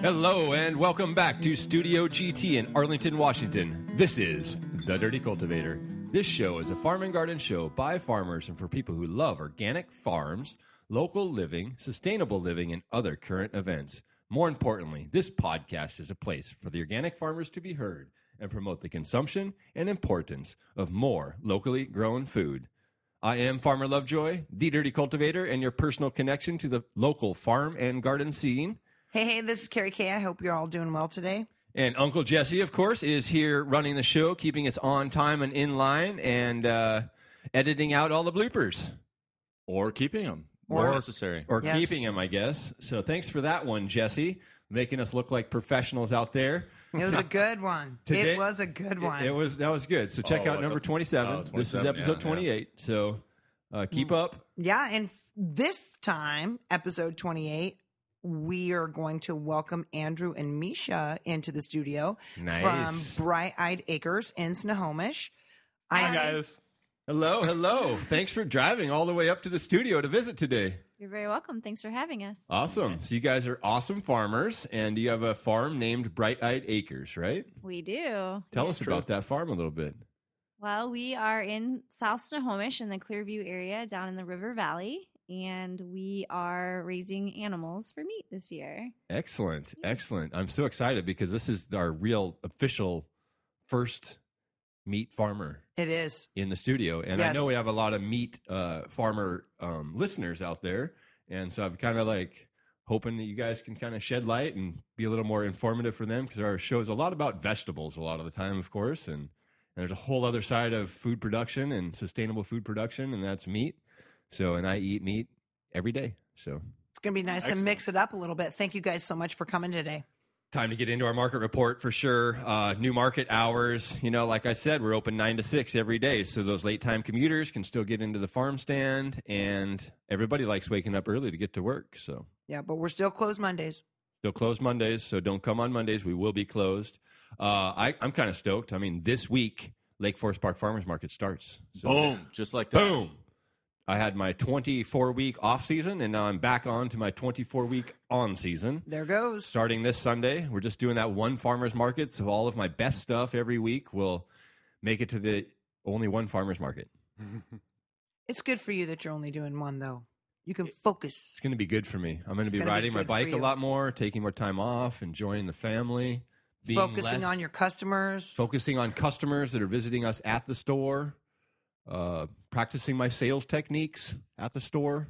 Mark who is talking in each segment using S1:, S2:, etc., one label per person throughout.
S1: Hello and welcome back to Studio GT in Arlington, Washington. This is The Dirty Cultivator. This show is a farm and garden show by farmers and for people who love organic farms, local living, sustainable living, and other current events. More importantly, this podcast is a place for the organic farmers to be heard and promote the consumption and importance of more locally grown food. I am Farmer Lovejoy, the Dirty Cultivator, and your personal connection to the local farm and garden scene.
S2: Hey, hey, this is Carrie Kay. I hope you're all doing well today.
S1: And Uncle Jesse, of course, is here running the show, keeping us on time and in line, and uh, editing out all the bloopers
S3: or keeping them
S2: Or-
S3: or necessary.
S1: or
S2: Yes.
S1: keeping them, I guess. So thanks for that one, Jesse, making us look like professionals out there.
S2: It was a good one.
S1: Today-
S2: it was a good one.
S1: It, was that was good. So check
S3: Oh,
S1: out
S3: I
S1: number
S3: thought-
S1: twenty seven.
S3: oh,
S1: this is
S3: 27,
S1: episode
S3: yeah, yeah.
S1: twenty eight. So uh, keep
S2: Mm.
S1: up.
S2: yeah, and f- this time, episode 28, we are going to welcome Andrew and Misha into the studio
S1: Nice.
S2: from Bright Eyed Acres in Snohomish. I,
S1: Hello, hello. thanks for driving all the way up to the studio to visit today.
S4: You're very welcome. Thanks for having us.
S1: Awesome. So you guys are awesome farmers, and you have a farm named Bright Eyed Acres, right?
S4: we do.
S1: Tell us about that farm a little bit.
S4: Well, we are in South Snohomish in the Clearview area down in the River Valley, and we are raising animals for meat this year.
S1: Excellent. Excellent. I'm so excited because this is our real official first meat farmer
S2: it is.
S1: in the studio. And I
S2: Yes.
S1: know we have a lot of meat uh, farmer um, listeners out there. And so I'm kind of like hoping that you guys can kind of shed light and be a little more informative for them because our show is a lot about vegetables a lot of the time, of course. And, and there's a whole other side of food production and sustainable food production, and that's meat. So, and I eat meat every day. So,
S2: It's going to be nice to
S3: Excellent.
S2: mix it up a little bit. Thank you guys so much for coming today.
S1: Time to get into our market report for sure. Uh, new market hours. You know, like I said, we're open nine to six every day. So those late time commuters can still get into the farm stand. And everybody likes waking up early to get to work. So
S2: Yeah, but we're still closed Mondays.
S1: they'll close Mondays. So don't come on Mondays. We will be closed. Uh, I, I'm kind of stoked. I mean, this week, Lake Forest Park Farmers Market starts. So
S3: Boom, just like that.
S1: Boom. I had my 24 week off season, and now I'm back on to my 24 week on season
S2: There goes.
S1: starting this Sunday. We're just doing that one farmers market, so all of my best stuff every week will make it to the only one farmers market.
S2: It's good for you that you're only doing one, though. You can focus.
S1: It's going to be good for me. I'm going to
S2: It's
S1: be
S2: gonna be
S1: riding my
S2: good for
S1: bike a
S2: you.
S1: lot more, taking more time off, enjoying the family, being
S2: Focusing
S1: less-
S2: on your customers.
S1: focusing on customers that are visiting us at the store, uh, practicing my sales techniques at the store.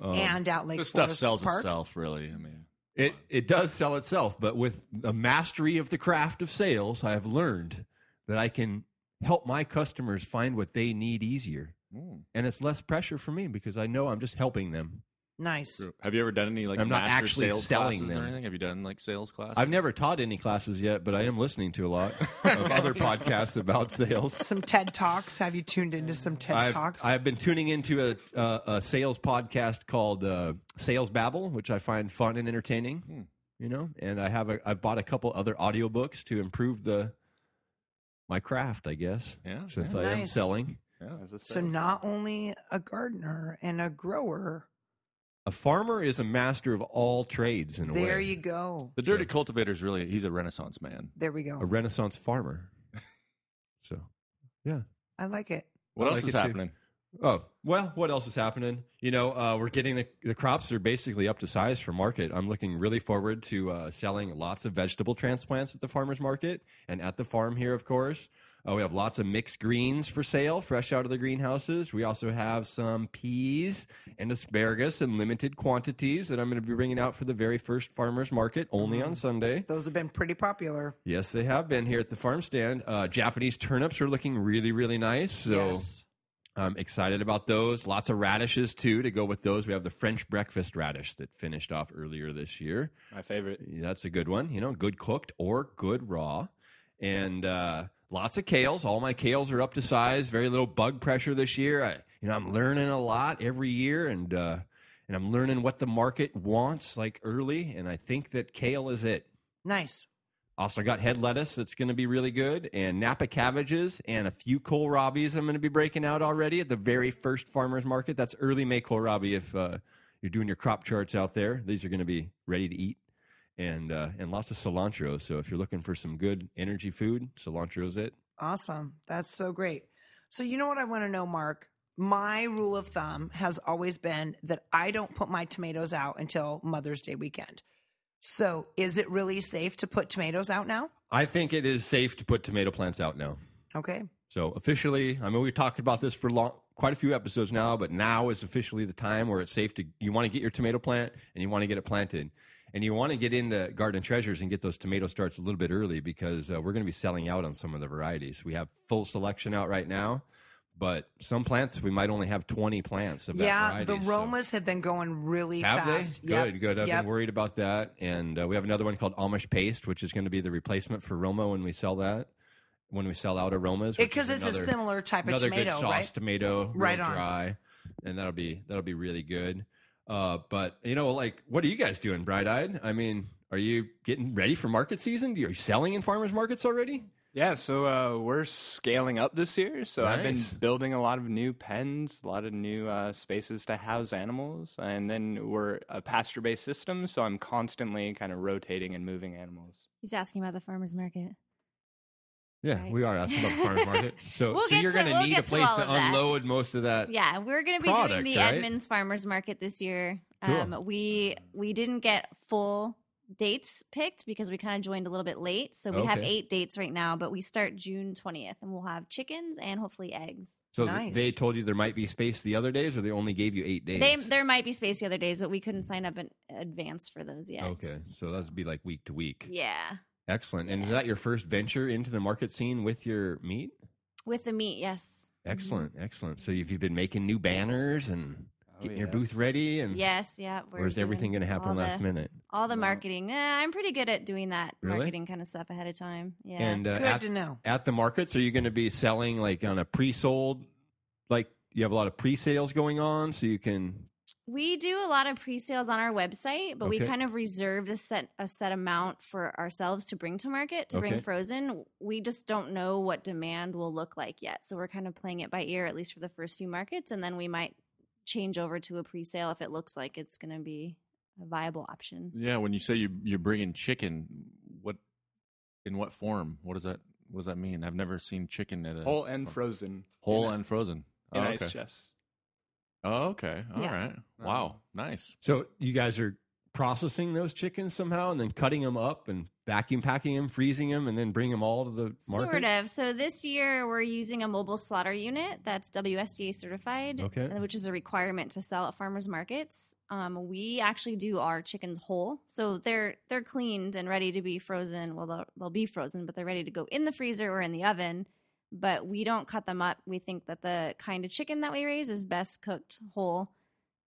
S1: Um,
S2: and out Lake
S3: This stuff
S2: Forest
S3: sells
S2: Park.
S3: itself, really. I mean,
S1: It it does sell itself, but with a mastery of the craft of sales, I have learned that I can help my customers find what they need easier,
S3: mm,
S1: and it's less pressure for me because I know I'm just helping them.
S2: Nice.
S3: true. have you ever done any like
S1: I'm not
S3: master
S1: actually
S3: sales
S1: selling
S3: classes
S1: them.
S3: or anything? Have you done like sales classes?
S1: I've never taught any classes yet, but I am listening to a lot of other podcasts about sales.
S2: Some TED Talks. Have you tuned into some TED
S1: I've,
S2: Talks?
S1: I've been tuning into a, a, a sales podcast called uh, Sales Babble, which I find fun and entertaining.
S3: Hmm.
S1: You know, and I have a, I've bought a couple other audiobooks to improve the my craft, I guess.
S3: Yeah,
S1: since
S2: yeah.
S1: I am
S2: Nice.
S1: selling
S3: yeah.
S2: so not only a gardener and a grower.
S1: a farmer is a master of all trades in a
S2: There
S1: way.
S2: you go.
S3: The dirty cultivator's really he's a renaissance man.
S2: There we
S1: A
S2: go.
S1: Renaissance farmer. so, yeah.
S2: I like it.
S3: What
S1: I
S3: else
S1: like
S3: is
S1: it too.
S3: happening?
S1: Oh well, what else is happening? You know, uh, we're getting the the crops are basically up to size for market. I'm looking really forward to uh, selling lots of vegetable transplants at the farmers market and at the farm here, of course. Uh, we have lots of mixed greens for sale, fresh out of the greenhouses. We also have some peas and asparagus in limited quantities that I'm going to be bringing out for the very first farmers market, only
S2: Mm-hmm.
S1: on Sunday.
S2: Those have been pretty popular.
S1: Yes, they have been here at the farm stand. Uh, Japanese turnips are looking really, really nice. So.
S2: yes.
S1: I'm excited about those. Lots of radishes too to go with those. We have the French breakfast radish that finished off earlier this year.
S3: My favorite.
S1: That's a good one. You know, good cooked or good raw, and uh, lots of kales. All my kales are up to size. Very little bug pressure this year. I, you know, I'm learning a lot every year, and uh, and I'm learning what the market wants like early. And I think that kale is it.
S2: Nice.
S1: Also got head lettuce that's going to be really good, and Napa cabbages, and a few kohlrabies I'm going to be breaking out already at the very first farmers market. That's early May kohlrabi if uh, you're doing your crop charts out there. These are going to be ready to eat, and uh, and lots of cilantro. So if you're looking for some good energy food, cilantro's it.
S2: Awesome. That's so great. So, you know what I want to know, Mark? My rule of thumb has always been that I don't put my tomatoes out until Mother's Day weekend. So, is it really safe to put tomatoes out now?
S1: I think it is safe to put tomato plants out now.
S2: Okay.
S1: So officially, I mean, we've talked about this for long, quite a few episodes now, but now is officially the time where it's safe to. You want to get your tomato plant and you want to get it planted, and you want to get into Garden Treasures and get those tomato starts a little bit early because uh, we're going to be selling out on some of the varieties. We have full selection out right now, but some plants we might only have twenty plants of
S2: yeah,
S1: that variety.
S2: the
S1: so-
S2: Romas have been going really
S1: Have
S2: fast.
S1: they?
S2: Yep.
S1: Good, good. I've
S2: Yep.
S1: been worried about that. And uh, we have another one called Amish Paste, which is going to be the replacement for Roma when we sell that, when we sell out aromas. which
S2: Because
S1: is
S2: it's
S1: another-
S2: a similar type of
S1: another
S2: tomato,
S1: good sauce
S2: right?
S1: tomato, real
S2: Right on.
S1: dry, and that'll be that'll be really good. Uh, but you know, like, what are you guys doing, bright eyed? I mean, are you getting ready for market season? Are you selling in farmers markets already?
S5: Yeah, so uh, we're scaling up this year. So I've
S1: Nice.
S5: been building a lot of new pens, a lot of new uh, spaces to house animals, and then we're a pasture-based system. So I'm constantly kind of rotating and moving animals.
S4: He's asking about the farmers market.
S1: Yeah,
S4: Right.
S1: we are asking about the farmers market. So,
S4: We'll
S1: so
S4: get
S1: you're
S4: to-
S1: going to
S4: we'll
S1: need a
S4: get to
S1: place
S4: all
S1: to
S4: of that.
S1: unload most of that.
S4: Yeah, we're going to be
S1: Uh, Product,
S4: doing the
S1: right?
S4: Edmonds Farmers Market this year.
S1: Cool.
S4: Um, we we didn't get full dates picked because we kind of joined a little bit late, so we have
S1: Okay.
S4: eight dates right now. But we start June twentieth, and we'll have chickens and hopefully eggs.
S1: So
S2: Nice.
S1: they told you there might be space the other days, or they only gave you eight days.
S4: They, there might be space the other days, but we couldn't sign up in advance for those yet.
S1: Okay, so that'd be like week to week.
S4: yeah,
S1: Excellent. And is that your first venture into the market scene with your meat?
S4: with the meat, yes,
S1: Excellent, excellent. So you've, you've been making new banners and
S5: Oh,
S1: getting your
S5: yes.
S1: booth ready, and
S4: yes, yeah. we're
S1: or is everything
S4: doing
S1: going to happen
S4: all
S1: last
S4: the,
S1: minute?
S4: All the
S5: No.
S4: marketing, Eh, I'm pretty good at doing that
S1: Really?
S4: marketing kind of stuff ahead of time. Yeah,
S1: And uh,
S2: Good
S1: at,
S2: to know.
S1: at the markets, are you going to be selling like on a pre-sold? Like you have a lot of pre-sales going on, so you can.
S4: We do a lot of pre-sales on our website, but we
S1: Okay.
S4: kind of reserved a set a set amount for ourselves to bring to market, to bring
S1: Okay.
S4: frozen. We just don't know what demand will look like yet. So we're kind of playing it by ear at least for the first few markets and then we might change over to a pre-sale if it looks like it's going to be a viable option.
S3: Yeah, when you say you you bring in chicken, what in what form? What does that what does that mean? I've never seen chicken at a
S5: Whole and frozen.
S3: whole
S5: in a-
S3: and frozen.
S5: in
S3: oh,
S5: ice Uh-huh.
S3: okay.
S5: chests.
S3: Oh, okay. All right.
S4: Yeah.
S3: Wow. Nice.
S1: So you guys are processing those chickens somehow, and then cutting them up and vacuum packing them, freezing them, and then bring them all to the market.
S4: Sort of. So this year we're using a mobile slaughter unit that's WSDA certified,
S1: Okay.
S4: and- which is a requirement to sell at farmers markets. Um, we actually do our chickens whole, so they're they're cleaned and ready to be frozen. Well, they'll, they'll be frozen, but they're ready to go in the freezer or in the oven. But we don't cut them up. We think that the kind of chicken that we raise is best cooked whole,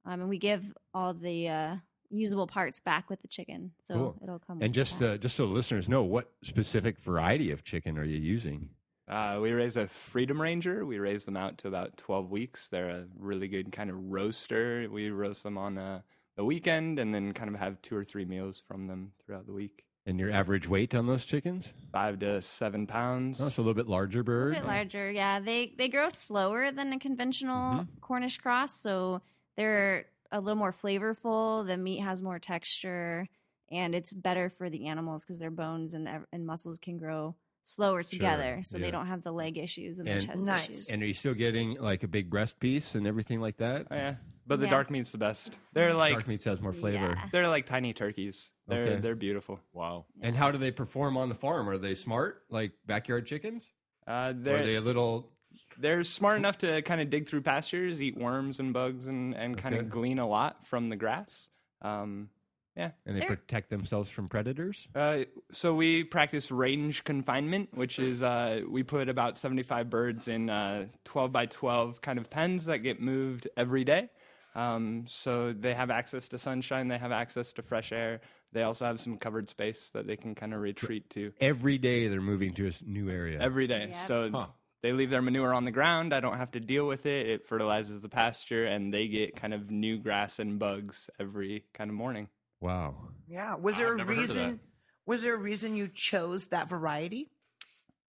S4: um, and we give all the uh, usable parts back with the chicken, so
S1: Cool.
S4: it'll come.
S1: And
S4: with
S1: just
S4: that.
S1: uh, just so the listeners know, what specific variety of chicken are you using?
S5: Uh, we raise a Freedom Ranger. We raise them out to about 12 weeks. They're a really good kind of roaster. We roast them on uh, the weekend and then kind of have two or three meals from them throughout the week.
S1: And your average weight on those chickens?
S5: Five to seven pounds.
S1: Oh, so a little bit larger
S4: A
S1: bird.
S4: bit larger, yeah. They they grow slower than a conventional
S1: Mm-hmm.
S4: Cornish cross, so they're a little more flavorful. The meat has more texture, and it's better for the animals because their bones and ev- and muscles can grow slower together, so
S1: yeah.
S4: they don't have the leg issues and,
S1: And-
S4: the chest
S2: Nice.
S4: issues.
S1: And are you still getting like a big breast piece and everything like that?
S5: Oh, yeah. But the
S4: Yeah.
S5: dark meat's the best. They're like
S1: Dark meats has more flavor.
S4: Yeah.
S5: they're like tiny turkeys. They're
S1: Okay.
S5: they're beautiful.
S3: Wow.
S1: And how do they perform on the farm? Are they smart, like backyard chickens?
S5: Uh,
S1: Or
S5: they're
S1: are they a little?
S5: they're smart enough to kind of dig through pastures, eat worms and bugs, and and kind
S1: Okay.
S5: of glean a lot from the grass. Um,
S1: And they
S4: They're-
S1: protect themselves from predators.
S5: Uh, so we practice range confinement, which is uh, we put about 75 birds in uh, 12 by 12 kind of pens that get moved every day. Um, so they have access to sunshine, they have access to fresh air. They also have some covered space that they can kind of retreat to
S1: Every day they're moving to a s- new area.
S5: every day.
S4: Yep.
S5: So
S1: Huh.
S5: they leave their manure on the ground. I don't have to deal with it. It fertilizes the pasture, and they get kind of new grass and bugs every kind of morning.
S1: wow.
S2: Yeah. Was
S3: I've
S2: there a
S3: never heard of that.
S2: reason? Was there a reason you chose that variety?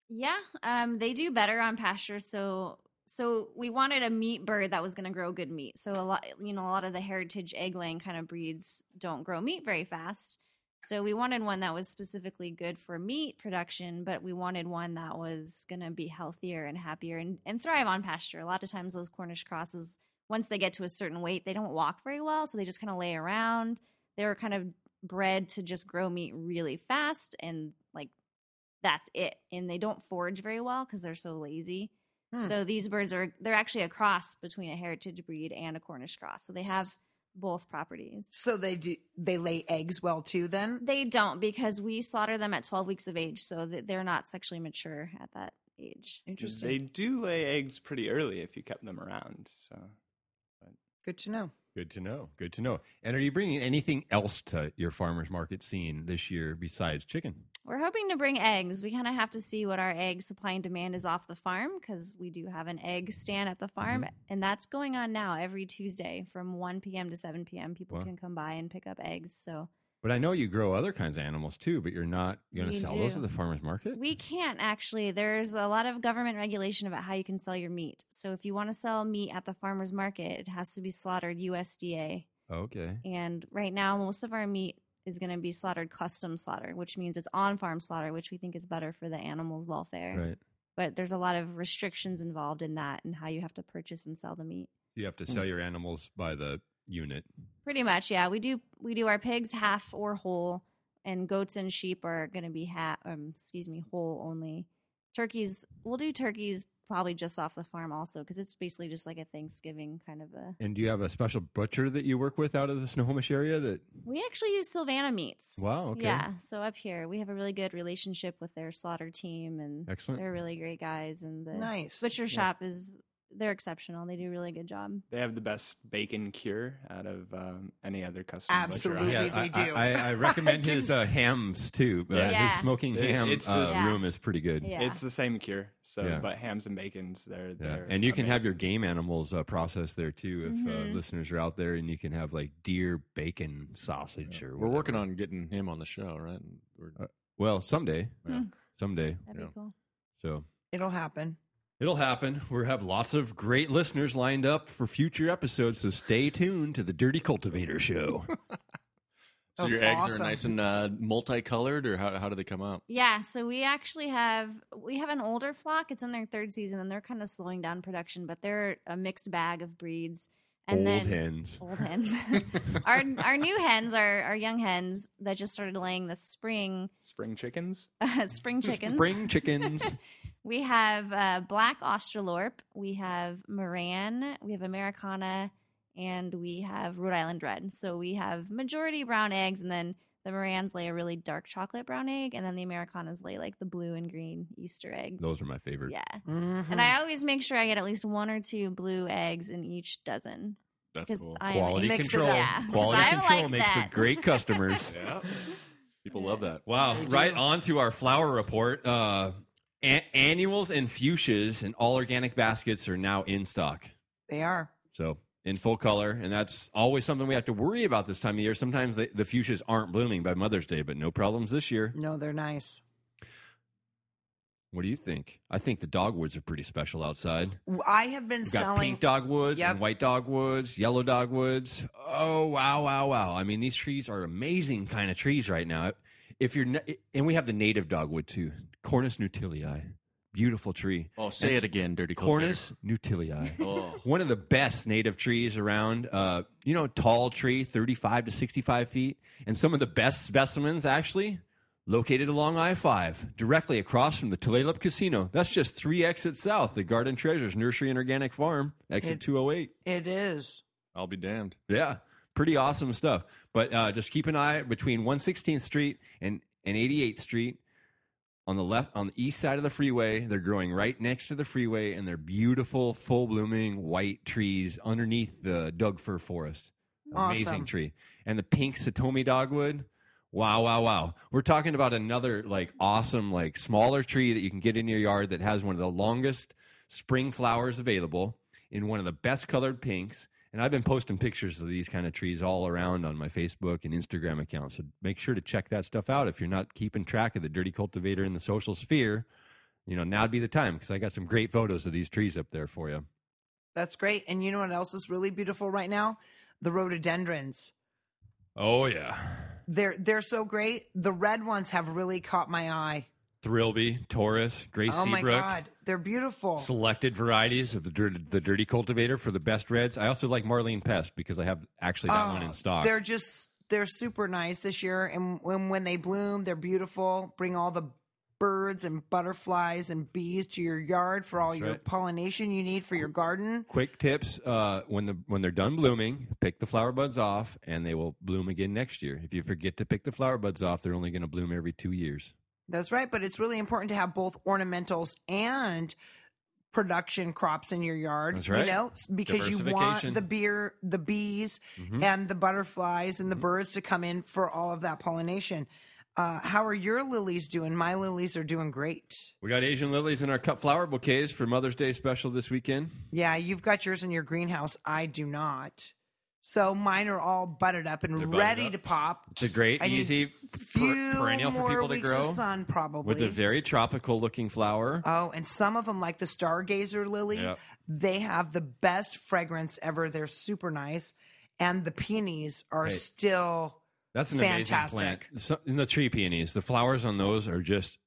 S4: Yeah, um, they do better on pasture. So, so we wanted a meat bird that was going to grow good meat. So a lot, you know, a lot of the heritage egg laying kind of breeds don't grow meat very fast. So we wanted one that was specifically good for meat production, but we wanted one that was going to be healthier and happier and, and thrive on pasture. A lot of times, those Cornish crosses, once they get to a certain weight, they don't walk very well. So they just kind of lay around. They were kind of bred to just grow meat really fast and like that's it. And they don't forage very well because they're so lazy.
S2: Hmm.
S4: So these birds are, they're actually a cross between a heritage breed and a Cornish cross. So they have both properties.
S2: So they do they lay eggs well too then?
S4: They don't because we slaughter them at 12 weeks of age, so th- they're not sexually mature at that age.
S2: Interesting.
S5: They do lay eggs pretty early if you kept them around. So
S2: Good to know.
S1: Good to know. Good to know. And are you bringing anything else to your farmers market scene this year besides chicken?
S4: We're hoping to bring eggs. We kind of have to see what our egg supply and demand is off the farm because we do have an egg stand at the farm, and that's going on now every Tuesday from 1 p.m. to 7 p.m. People
S1: Wow.
S4: can come by and pick up eggs. So
S1: But I know you grow other kinds of animals too, but you're not going to
S4: We
S1: sell those at
S4: do.
S1: the farmers market.
S4: We can't actually. There's a lot of government regulation about how you can sell your meat. So if you want to sell meat at the farmer's market, it has to be slaughtered USDA.
S1: okay.
S4: And right now, most of our meat is going to be slaughtered custom slaughter, which means it's on farm slaughter, which we think is better for the animal's welfare.
S1: Right.
S4: But there's a lot of restrictions involved in that and how you have to purchase and sell the meat.
S1: You have to
S4: Mm.
S1: sell your animals by the unit.
S4: Pretty much, yeah. We do we do our pigs half or whole, and goats and sheep are going to be half. Um, excuse me, whole only. Turkeys, we'll do turkeys probably just off the farm also because it's basically just like a Thanksgiving kind of a.
S1: And do you have a special butcher that you work with out of the Snohomish area? That
S4: We actually use Sylvana meats.
S1: wow. Okay.
S4: Yeah, so up here we have a really good relationship with their slaughter team, and
S1: Excellent.
S4: they're really great guys. And the
S2: Nice.
S4: butcher shop is they're exceptional. They do a really good job.
S5: they have the best bacon cure out of um, any other customer.
S2: Absolutely,
S1: Yeah,
S2: they
S1: I,
S2: do.
S1: I, I recommend
S2: I
S1: his uh, hams too. Uh,
S5: Yeah.
S4: Yeah.
S1: His smoking
S5: It-
S1: ham
S5: it's
S1: uh,
S5: this-
S4: Yeah.
S1: room is pretty good.
S4: Yeah.
S5: It's the same cure. So,
S1: Yeah.
S5: but hams and bacons, they're,
S1: Yeah.
S5: they're
S1: And you can have
S5: amazing.
S1: your game animals uh, processed there too if uh,
S4: Mhm.
S1: listeners are out there, and you can have like deer bacon sausage or
S3: We're working
S1: whatever.
S3: on getting him on the show, right? And We're,
S1: Uh, Well, someday,
S3: Yeah.
S1: someday.
S4: Hmm. That'd
S3: Yeah.
S4: be cool.
S1: So
S2: It'll happen.
S1: it'll happen. We have lots of great listeners lined up for future episodes. So stay tuned to the Dirty Cultivator Show.
S3: so
S2: That
S3: your
S2: was
S3: eggs
S2: awesome.
S3: are nice and uh, multicolored, or how how do they come out?
S4: Yeah, so we actually have we have an older flock. It's in their third season, and they're kind of slowing down production, but they're a mixed bag of breeds. And
S1: Old
S4: then
S1: hens.
S4: old hens. our our new hens are our young hens that just started laying this spring.
S5: spring chickens.
S4: spring chickens.
S1: Spring chickens.
S4: We have uh, black Australorp, we have Moran, we have Americana, and we have Rhode Island Red. So we have majority brown eggs, and then the Morans lay a really dark chocolate brown egg, and then the Americanas lay like the blue and green Easter egg.
S1: Those are my favorite.
S4: Yeah.
S2: Mhm.
S4: And I always make sure I get at least one or two blue eggs in each dozen.
S3: That's
S4: Because
S3: cool.
S4: I am
S1: Quality
S2: Mix it
S1: control.
S2: up.
S4: Yeah, 'cause
S1: Quality
S4: I
S1: control
S4: like
S1: makes
S4: that.
S1: for great customers.
S3: yeah, people love that.
S1: Wow. Right on to our flower report. Uh, an- annuals and fuchsias and all organic baskets are now in stock.
S2: they are.
S1: So in full color. And that's always something we have to worry about this time of year. Sometimes the, the fuchsias aren't blooming by Mother's Day, but no problems this year.
S4: Mm.
S2: No, they're nice.
S1: What do you think? I think the dogwoods are pretty special outside.
S2: I have been
S1: We've got
S2: selling
S1: pink dogwoods
S2: Yep.
S1: and white dogwoods, yellow dogwoods. Oh wow, wow, wow! I mean, these trees are amazing kind of trees right now. If you're n and we have the native dogwood too, Cornus nutilii, beautiful tree.
S3: Oh, say it again, dirty
S1: Cornus nutilii,
S3: Oh.
S1: one of the best native trees around. Uh, you know, tall tree, thirty-five to sixty-five feet, and some of the best specimens actually. Located along I 5, directly across from the Tulalip Casino. That's just three exits south, the Garden Treasures Nursery and Organic Farm, exit
S2: It-
S1: 208.
S2: it is.
S3: I'll be damned.
S1: Yeah, pretty awesome stuff. But uh, just keep an eye between 116th Street and, and 88th Street on the left on the east side of the freeway. They're growing right next to the freeway, and they're beautiful, full blooming white trees underneath the Doug fir forest. Amazing
S2: Awesome.
S1: tree, and the pink Satomi dogwood. Wow, wow, wow. We're talking about another like awesome, like smaller tree that you can get in your yard that has one of the longest spring flowers available in one of the best colored pinks. And I've been posting pictures of these kind of trees all around on my Facebook and Instagram accounts. So make sure to check that stuff out if you're not keeping track of the dirty cultivator in the social sphere. You know, now'd be the time because I got some great photos of these trees up there for you.
S2: That's great. And you know what else is really beautiful right now? The rhododendrons.
S1: Oh yeah.
S2: They're they're so great. The red ones have really caught my eye.
S1: Thrilby, Taurus, Grace
S2: Oh my
S1: Seabrook.
S2: god, they're beautiful.
S1: Selected varieties of the dirty, the dirty cultivator for the best reds. I also like Marlene Pest because I have actually that one in stock.
S2: Oh, They're just they're super nice this year, and when when they bloom, they're beautiful. Bring all the birds and butterflies and bees to your yard for all your
S1: right.
S2: pollination you need for your garden.
S1: Quick tips: uh, when the when they're done blooming, pick the flower buds off, and they will bloom again next year. If you forget to pick the flower buds off, they're only going to bloom every two years.
S2: That's right, but it's really important to have both ornamentals and production crops in your yard.
S1: That's right.
S2: You know, s- because you want
S1: Diversification. Mm-hmm.
S2: the beer, the bees, and the butterflies and the birds to come in for all of that pollination. Uh, how are your lilies doing? My lilies are doing great.
S1: We got Asian lilies in our cut flower bouquets for Mother's Day special this weekend.
S2: Yeah, you've got yours in your greenhouse. I do not. So mine are all butted up and
S1: butted
S2: ready
S1: up.
S2: to pop.
S1: It's a great,
S2: I need
S1: easy
S2: Few
S1: per- perennial
S2: more
S1: for people to
S2: weeks
S1: grow
S2: of sun, probably.
S1: with a very tropical looking flower.
S2: Oh, and some of them, like the Stargazer Lily,
S1: Yep.
S2: they have the best fragrance ever. They're super nice. And the peonies are
S1: Hey.
S2: still,
S1: That's an
S2: Fantastic.
S1: amazing plant. So, and the tree peonies, the flowers on those are just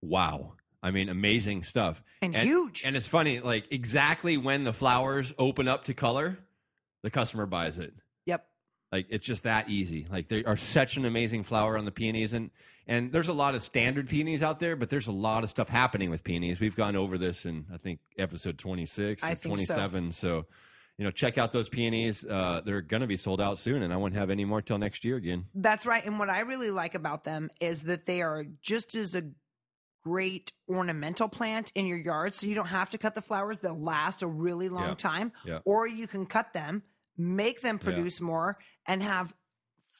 S1: wow. I mean, amazing stuff.
S2: And huge.
S1: And it's funny, like exactly when the flowers open up to color, the customer buys it.
S2: yep.
S1: Like it's just that easy. Like they are such an amazing flower on the peonies, and and there's a lot of standard peonies out there, but there's a lot of stuff happening with peonies. We've gone over this in I think episode 26 or
S2: I think so.
S1: 27. So. you know, check out those peonies. Uh, they're going to be sold out soon, and I won't have any more till next year again.
S2: That's right. And what I really like about them is that they are just as a great ornamental plant in your yard. So you don't have to cut the flowers. They'll last a really long
S1: Yeah.
S2: time.
S1: Yeah.
S2: Or you can cut them, make them produce more, and have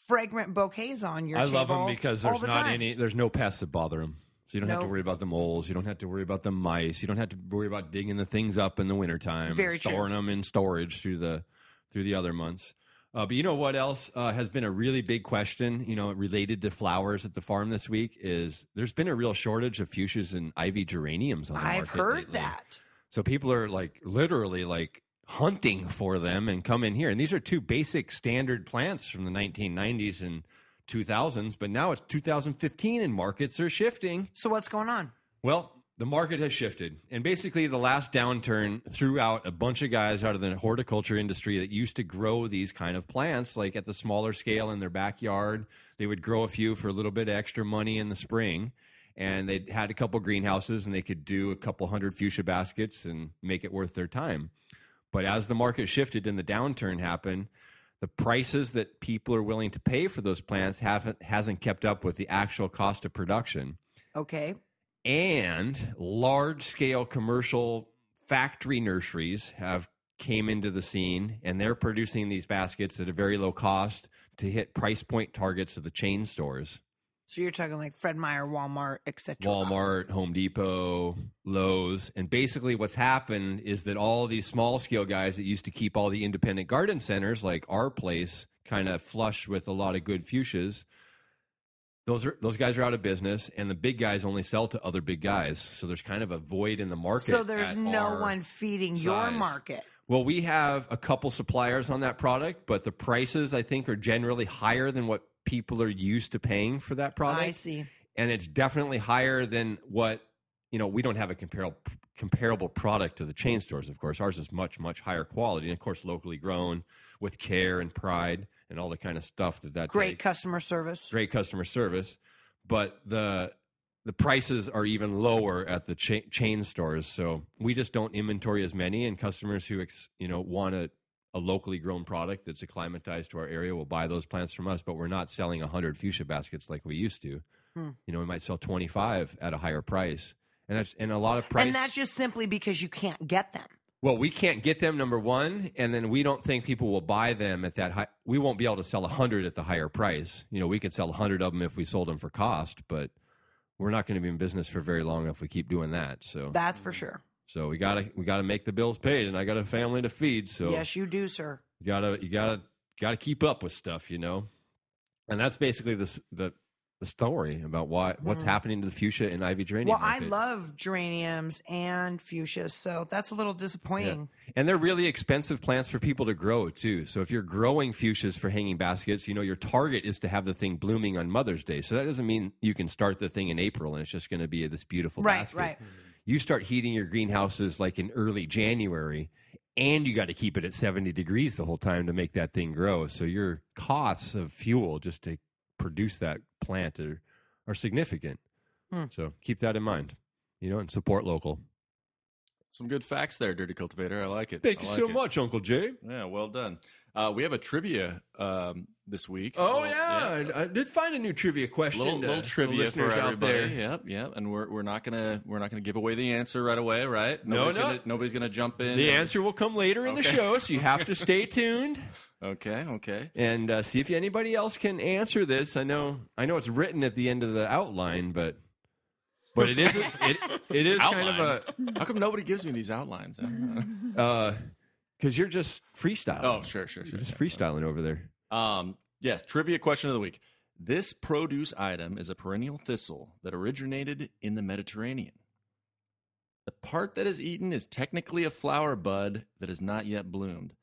S2: fragrant bouquets on your
S1: I
S2: table.
S1: love them because
S2: all
S1: there's
S2: the
S1: not
S2: time.
S1: any, there's no pests that bother them. So you don't have to
S2: No.
S1: worry about the moles. You don't have to worry about the mice. You don't have to worry about digging the things up in the wintertime,
S2: Very
S1: and
S2: true.
S1: storing them in storage through the through the other months. Uh, but you know what else uh, has been a really big question, you know, related to flowers at the farm this week is there's been a real shortage of fuchsias and ivy geraniums on the market.
S2: I've heard
S1: lately.
S2: that.
S1: So people are like literally like hunting for them and come in here. And these are two basic standard plants from the 1990s and 2000s, but now it's 2015 and markets are shifting.
S2: So what's going on?
S1: Well, the market has shifted. And basically, the last downturn threw out a bunch of guys out of the horticulture industry that used to grow these kind of plants, like at the smaller scale in their backyard. They would grow a few for a little bit of extra money in the spring. And they had a couple greenhouses and they could do a couple hundred fuchsia baskets and make it worth their time. But as the market shifted and the downturn happened, the prices that people are willing to pay for those plants haven't hasn't kept up with the actual cost of production
S2: Okay.
S1: and large scale commercial factory nurseries have came into the scene and they're producing these baskets at a very low cost to hit price point targets of the chain stores
S2: So you're talking like Fred Meyer, Walmart, etc.
S1: Walmart, Home Depot, Lowe's. And basically, what's happened is that all these small scale guys that used to keep all the independent garden centers, like our place, kind of flush with a lot of good fuchsias. Those are those guys are out of business, and the big guys only sell to other big guys. So there's kind of a void in the market.
S2: So there's
S1: at
S2: no
S1: our-
S2: one feeding your
S1: size.
S2: market.
S1: Well, we have a couple suppliers on that product, but the prices I think are generally higher than what people are used to paying for that product
S2: I see.
S1: and it's definitely higher than what you know we don't have a comparable comparable product to the chain stores of course ours is much much higher quality and of course locally grown with care and pride and all the kind of stuff that that
S2: Great
S1: takes.
S2: customer service.
S1: great customer service but the the prices are even lower at the cha- chain stores so we just don't inventory as many and customers who ex, you know want a a locally grown product that's acclimatized to our area will buy those plants from us, but we're not selling 100 fuchsia baskets like we used to. You know, we might sell 25 at a higher price. And that's and a lot of price
S2: And that's just simply because you can't get them.
S1: well, we can't get them number one, and then we don't think people will buy them at that high. We won't be able to sell a hundred at the higher price. You know, we could sell a hundred of them if we sold them for cost, but we're not going to be in business for very long if we keep doing that. So,
S2: That's for sure.
S1: so we gotta we gotta make the bills paid, and I got a family to feed. So
S2: Yes, you do, sir.
S1: you gotta you gotta gotta keep up with stuff, you know. And that's basically the s- the, the story about why what's happening to the fuchsia and ivy geranium.
S2: Mm. Well, I
S1: market.
S2: love geraniums and fuchsias, so that's a little
S1: Yeah.
S2: disappointing.
S1: And they're really expensive plants for people to grow too. So if you're growing fuchsias for hanging baskets, you know your target is to have the thing blooming on Mother's Day. So that doesn't mean you can start the thing in April and it's just going to be this beautiful
S2: Right,
S1: basket.
S2: right.
S1: You start heating your greenhouses like in early January, and you got to keep it at 70 degrees the whole time to make that thing grow. So your costs of fuel just to produce that plant are, are significant.
S2: Hmm.
S1: So keep that in mind, you know, and support local.
S3: Some good facts there, Dirty Cultivator. I like it.
S1: Thank
S3: I
S1: you
S3: like
S1: so
S3: it.
S1: much, Uncle Jay.
S3: Yeah, well done. Uh, we have a trivia um, this week.
S1: Oh
S3: Well,
S1: yeah, I- I did find a new trivia question.
S3: Little,
S1: to
S3: little
S1: the
S3: trivia for
S1: listeners out
S3: everybody.
S1: there.
S3: Yep, yep. And we're we're not gonna we're not gonna give away the answer right away, right?
S1: No,
S3: Nobody's
S1: no.
S3: Gonna, nobody's gonna jump in.
S1: The answer will come later in the
S3: Okay.
S1: show, so you have to stay tuned
S3: Okay, okay.
S1: and uh, see if anybody else can answer this. I know, I know it's written at the end of the outline, but but it is it, it is kind of a
S3: How come nobody gives me these outlines? I don't know.
S1: because uh, you're just freestyling.
S3: oh, sure, sure, sure.
S1: you're just
S3: sure.
S1: freestyling over there.
S3: Um, yes, trivia question of the week. This produce item is a perennial thistle that originated in the Mediterranean. The part that is eaten is technically a flower bud that has not yet bloomed.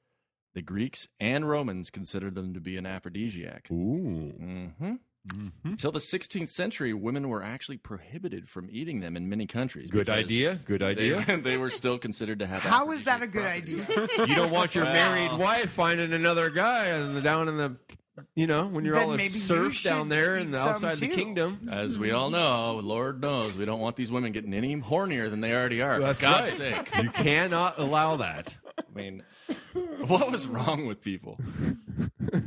S3: The Greeks and Romans considered them to be an aphrodisiac.
S1: Ooh,
S3: Mm-hmm. Until the 16th century, women were actually prohibited from eating them in many countries.
S1: good
S3: because
S1: idea, good
S3: They,
S1: idea.
S3: they were still considered to have.
S2: How is that a good
S3: aphrodisiac
S2: idea?
S1: you don't want your
S3: Wow.
S1: married wife finding another guy in the- down in the, you know, when you're
S2: Then
S1: all a
S2: maybe you
S1: serf
S2: should
S1: down there and
S2: eat some
S1: outside the
S2: too.
S1: kingdom.
S3: As we all know, Lord knows we don't want these women getting any hornier than they already are.
S1: That's
S3: for God's
S1: right.
S3: sake.
S1: You cannot allow that.
S3: I mean, what was wrong with people?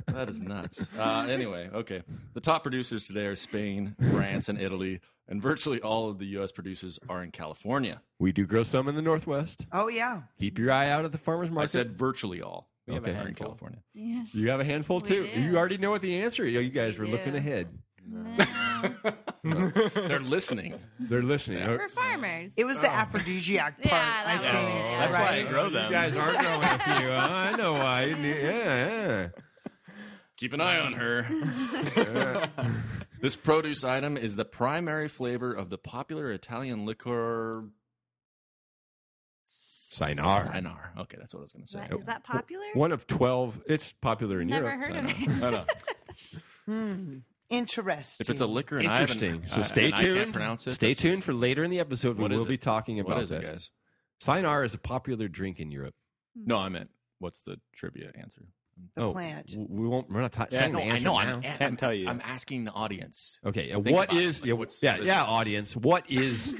S3: That is nuts. Uh, anyway, okay. The top producers today are Spain, France, and Italy, and virtually all of the U.S. producers are in California.
S1: We do grow some in the Northwest.
S2: Oh yeah.
S1: Keep your eye out at the farmer's market.
S3: I said virtually all.
S1: We have a
S3: okay, are in
S1: handful.
S3: California.
S4: Yeah.
S1: you have a handful
S4: We
S1: too.
S4: do.
S1: You already know what the answer is. You guys
S4: We
S1: were looking
S4: do.
S1: ahead.
S4: No.
S3: They're listening.
S1: They're listening.
S4: We're farmers.
S2: It was
S1: Oh.
S2: the aphrodisiac
S4: Yeah,
S2: part. I
S4: that was
S2: think.
S4: it, yeah.
S3: That's why I
S2: Right.
S3: grow them.
S1: You guys aren't growing a few. huh? I know why. You need- Yeah,
S3: Keep an eye on her. this produce item is the primary flavor of the popular Italian liquor
S1: Sinar.
S3: Cynar. Okay, that's what I was going to say.
S4: What- Is that popular?
S1: One of twelve. It's popular in
S4: Never
S1: Europe. Cynar.
S4: heard of it.
S3: I know.
S2: Hmm. Interesting.
S3: If it's a liquor and I
S1: Interesting.
S3: haven't,
S1: so
S3: I-
S1: stay
S3: and I
S1: tuned.
S3: can't pronounce it.
S1: Stay
S3: that's-
S1: tuned for later in the episode.
S3: What
S1: we
S3: is
S1: will be
S3: it?
S1: talking about
S3: What is
S1: that.
S3: it, guys?
S1: Sinar is a popular drink in Europe.
S3: No, I meant what's the trivia answer?
S2: the
S1: oh,
S2: plant.
S1: w- We won't. We're not ta- saying the answer now.
S5: Can't tell you.
S3: I'm asking the audience.
S1: Okay. yeah,
S3: Think
S1: what
S3: about it,
S1: is
S3: like,
S1: yeah,
S3: what's-
S1: yeah,
S3: what is
S1: yeah, audience? What is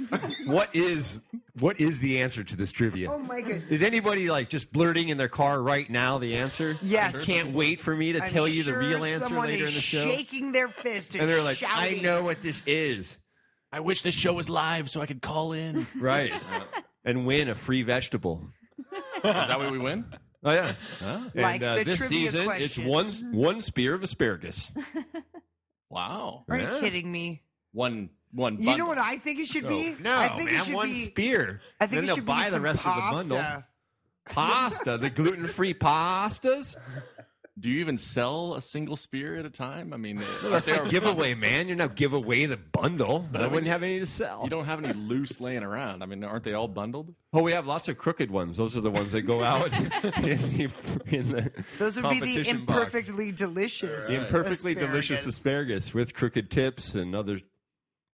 S1: what is what is the answer to this
S2: Oh
S1: trivia?
S2: my goodness.
S1: Is anybody like just blurting in their car right now the answer?
S2: Yes.
S1: I can't wait for me to
S2: I'm
S1: tell you the
S2: sure
S1: real answer
S2: someone
S1: later in
S2: is
S1: the show.
S2: Shaking their fist and,
S1: and they're like,
S2: shouting.
S1: I know what this is.
S3: I wish this show was live so I could call in. is
S1: Right. and win a free vegetable.
S3: that what we win?
S1: Oh yeah.
S2: Like
S1: and uh,
S2: the
S1: this
S2: trivia
S1: season
S2: question. Mm-hmm.
S1: it's one one spear of asparagus.
S3: Wow.
S2: Are
S1: Yeah.
S2: you kidding me?
S3: One one.
S2: You know what I think it should be?
S1: No,
S2: I think
S1: man,
S2: it should
S1: one
S2: be.
S1: spear.
S2: I think
S1: then
S2: it
S1: they'll
S2: should
S1: buy
S2: be
S1: the
S2: some
S1: rest of
S2: pasta.
S1: the bundle. Pasta, the gluten-free pastas.
S3: Do you even sell a single spear at a time? I mean,
S1: That's
S3: they
S1: my
S3: are-
S1: giveaway, man. You're not give away the bundle. I wouldn't have any to sell.
S3: you don't have any loose laying around. I mean, aren't they all bundled?
S1: Oh, we have lots of crooked ones. Those are the ones that go out in the, in the
S2: Those would be the
S1: competition box.
S2: imperfectly delicious.
S1: The imperfectly delicious
S2: asparagus.
S1: asparagus with crooked tips and other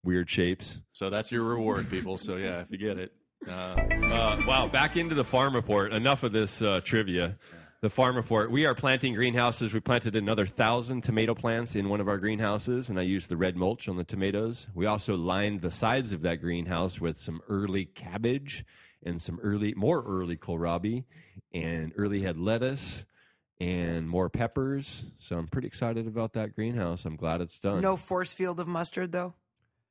S1: weird shapes.
S3: So that's your reward, people. So yeah, if you get it. Uh,
S1: Uh, wow, back into the farm report. Enough of this uh, trivia. The farm report. We are planting greenhouses. We planted another thousand tomato plants in one of our greenhouses, and I used the red mulch on the tomatoes. We also lined the sides of that greenhouse with some early cabbage and some early, more early kohlrabi and early head lettuce and more peppers. So I'm pretty excited about that greenhouse. I'm glad it's done.
S2: No force field of mustard, though.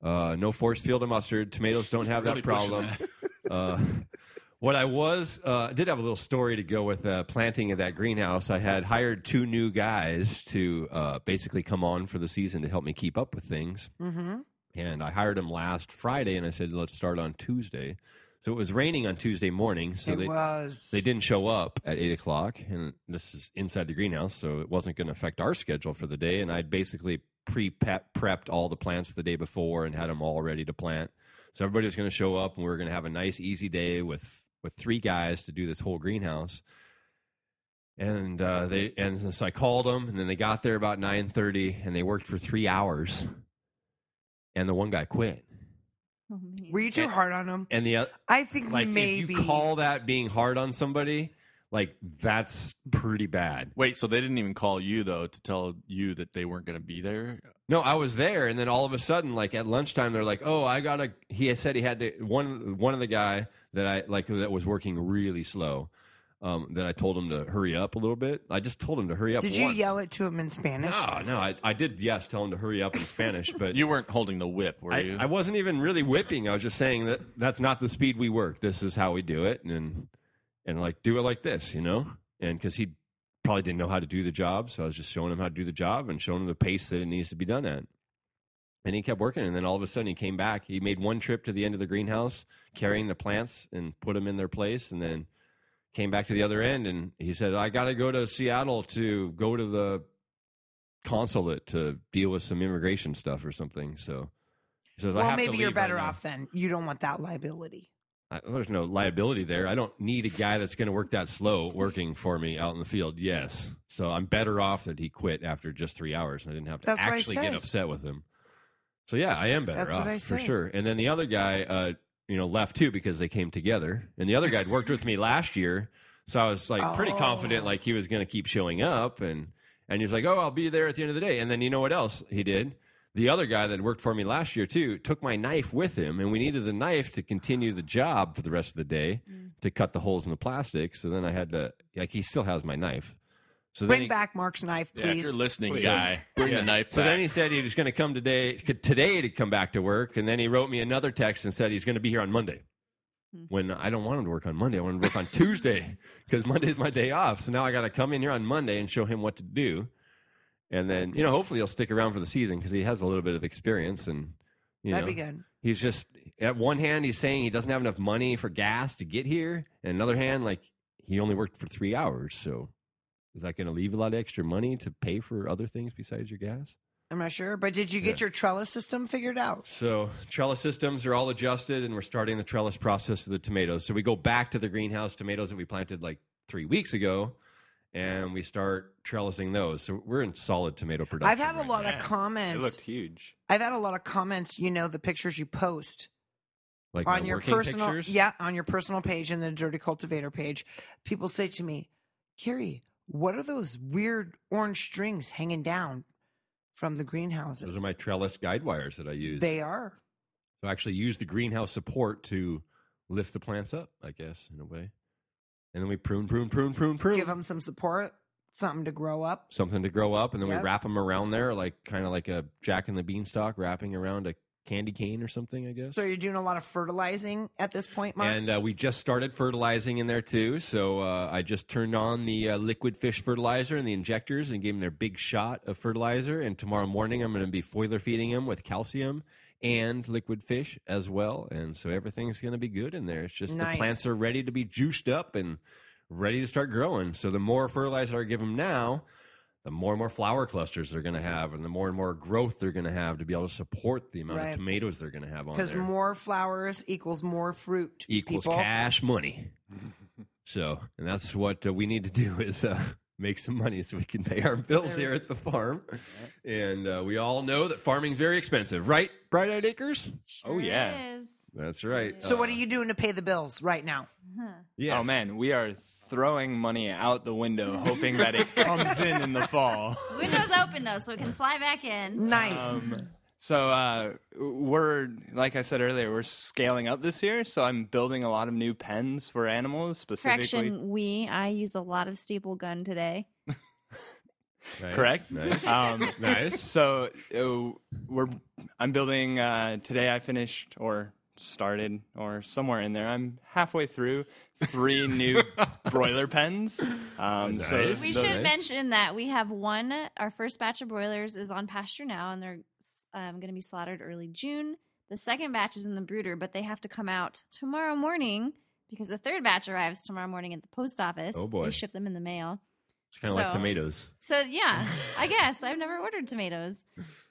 S1: Uh, no forced field of mustard. Tomatoes don't have
S3: Really
S1: that
S3: pushing
S1: problem.
S3: that.
S1: uh, what I was uh, did have a little story to go with uh, planting of that greenhouse. I had hired two new guys to uh, basically come on for the season to help me keep up with things,
S2: Mm-hmm.
S1: and I hired them last Friday, and I said let's start on Tuesday. So it was raining on Tuesday morning, so
S2: it
S1: they
S2: was.
S1: they didn't show up at eight o'clock, and this is inside the greenhouse, so it wasn't going to affect our schedule for the day. And I'd basically pre prepped all the plants the day before and had them all ready to plant. So everybody was going to show up, and we were going to have a nice, easy day with with three guys to do this whole greenhouse. And uh, they and so I called them, and then they got there about nine thirty, and they worked for three hours. And the one guy quit,
S4: Oh, man.
S2: Were you too
S1: And-
S2: hard on them?
S1: and the oth-
S2: I think
S1: like
S2: maybe.
S1: if you call that being hard on somebody, like that's pretty bad.
S3: Wait, so they didn't even call you though to tell you that they weren't going to be there?
S1: No, I was there, and then all of a sudden, like at lunchtime, they're like, "Oh, I gotta." He had said he had to one one of the guy that I like that was working really slow. Um, that I told him to hurry up a little bit. I just told him to hurry up.
S2: did you
S1: once.
S2: yell it to him in Spanish?
S1: No, no, I, I did. Yes, tell him to hurry up in Spanish, but
S3: You weren't holding the whip, were
S1: I,
S3: you?
S1: I wasn't even really whipping. I was just saying that that's not the speed we work. This is how we do it, and and like do it like this, you know. And because he probably didn't know how to do the job, so I was just showing him how to do the job and showing him the pace that it needs to be done at. And he kept working, and then all of a sudden he came back. He made one trip to the end of the greenhouse, carrying the plants and put them in their place, and then came back to the other end. And he said, "I got to go to Seattle to go to the consulate to deal with some immigration stuff or something." So he says, "I
S2: Well,
S1: have
S2: maybe
S1: to
S2: you're
S1: leave right
S2: better
S1: now."
S2: off then. You don't want that liability.
S1: I, there's no liability there. I don't need a guy that's going to work that slow working for me out in the field. Yes, so I'm better off that he quit after just three hours, and I didn't have to
S2: That's what I
S1: actually get
S2: said.
S1: upset with him. So yeah, I am better
S2: That's
S1: off
S2: what I
S1: for
S2: said.
S1: sure. And then the other guy, uh, you know, left too because they came together, and the other guy had worked with me last year, so I was like pretty
S2: Oh.
S1: confident like he was going to keep showing up, and and he was like, oh, I'll be there at the end of the day. And then you know what else he did? the other guy that worked for me last year too took my knife with him and we needed the knife to continue the job for the rest of the day
S2: Mm.
S1: to cut the holes in the plastic so then i had to like he still has my knife so then
S2: Bring
S1: he,
S2: back Mark's knife,
S3: yeah, if
S2: please.
S3: you're listening,
S1: Please.
S3: guy, bring
S1: Yeah.
S3: the knife
S1: so
S3: back.
S1: then he said he was going to come today today to come back to work and then he wrote me another text and said he's going to be here on monday
S2: Hmm.
S1: when I don't want him to work on Monday, I want him to work on Tuesday because Monday's my day off. So now I got to come in here on Monday and show him what to do. And then, you know, hopefully he'll stick around for the season because he has a little bit of experience and, you
S2: That'd
S1: know,
S2: be good.
S1: he's just at one hand he's saying he doesn't have enough money for gas to get here and another hand like he only worked for three hours so is that going to leave a lot of extra money to pay for other things besides your gas
S2: I'm not sure. But did you get your trellis system figured out?
S1: so trellis systems are all adjusted and we're starting the trellis process of the tomatoes so we go back to the greenhouse tomatoes that we planted like three weeks ago and we start trellising those so we're in solid tomato production
S2: I've had a
S1: right
S2: lot
S1: now.
S2: of
S5: It
S2: comments.
S5: looked huge.
S2: I've had a lot of comments, you know, the pictures you post
S1: like
S2: on
S1: my
S2: your
S1: working
S2: personal
S1: pictures.
S2: yeah, on your personal page and the Dirty Cultivator page. People say to me, "Carrie, what are those weird orange strings hanging down from the greenhouses?"
S1: those are my trellis guide wires that i use
S2: They are.
S1: So I actually use the greenhouse support to lift the plants up, I guess, in a way. And then we prune, prune, prune, prune, prune.
S2: Give them some support, something to grow up.
S1: something to grow up, and then we
S2: Yep.
S1: wrap them around there, like kind of like a Jack and the Beanstalk wrapping around a candy cane or something, I guess.
S2: So you're doing a lot of fertilizing at this point, Mark.
S1: And uh, we just started fertilizing in there too. So uh, I just turned on the uh, liquid fish fertilizer and the injectors and gave them their big shot of fertilizer. And tomorrow morning, I'm going to be foiler feeding them with calcium and liquid fish as well. And so everything's going to be good in there. It's just
S2: Nice.
S1: the plants are ready to be juiced up and ready to start growing. So the more fertilizer I give them now, the more and more flower clusters they're going to have, and the more and more growth they're going to have to be able to support the amount
S2: Right.
S1: of tomatoes they're going to have on there
S2: because more flowers equals more fruit.
S1: equals
S2: people.
S1: cash money. so, and that's what uh, we need to do is uh, make some money so we can pay our bills here at the farm. And uh, we all know that farming's very expensive, right? Bright Eyed Acres.
S4: Sure
S5: Oh, yeah.
S4: is.
S1: That's right. Uh,
S2: So what are you doing to pay the bills right now?
S1: Yes.
S5: Oh man, we are throwing money out the window, hoping that it comes in in the fall.
S4: Windows open though, so it can fly back in.
S2: Nice.
S4: Um,
S5: Um, So uh, we're like I said earlier, we're scaling up this year. So I'm building a lot of new pens for animals specifically.
S4: Correction, we. I used a lot of staple gun today.
S1: Nice,
S5: Correct.
S1: Nice.
S5: Um,
S1: nice.
S5: so uh, we're I'm building uh, today. I finished or started or somewhere in there. I'm halfway through three new broiler pens. Um, so
S1: Nice.
S4: We
S1: So
S5: those-
S1: nice.
S4: should mention that we have one. Our first batch of broilers is on pasture now, and they're um, going to be slaughtered early June. The second batch is in the brooder, but they have to come out tomorrow morning because the third batch arrives tomorrow morning at the post office.
S1: Oh, boy.
S4: They ship them in the mail.
S1: It's kind of like
S4: so-
S1: tomatoes.
S4: So yeah, I guess I've never ordered tomatoes.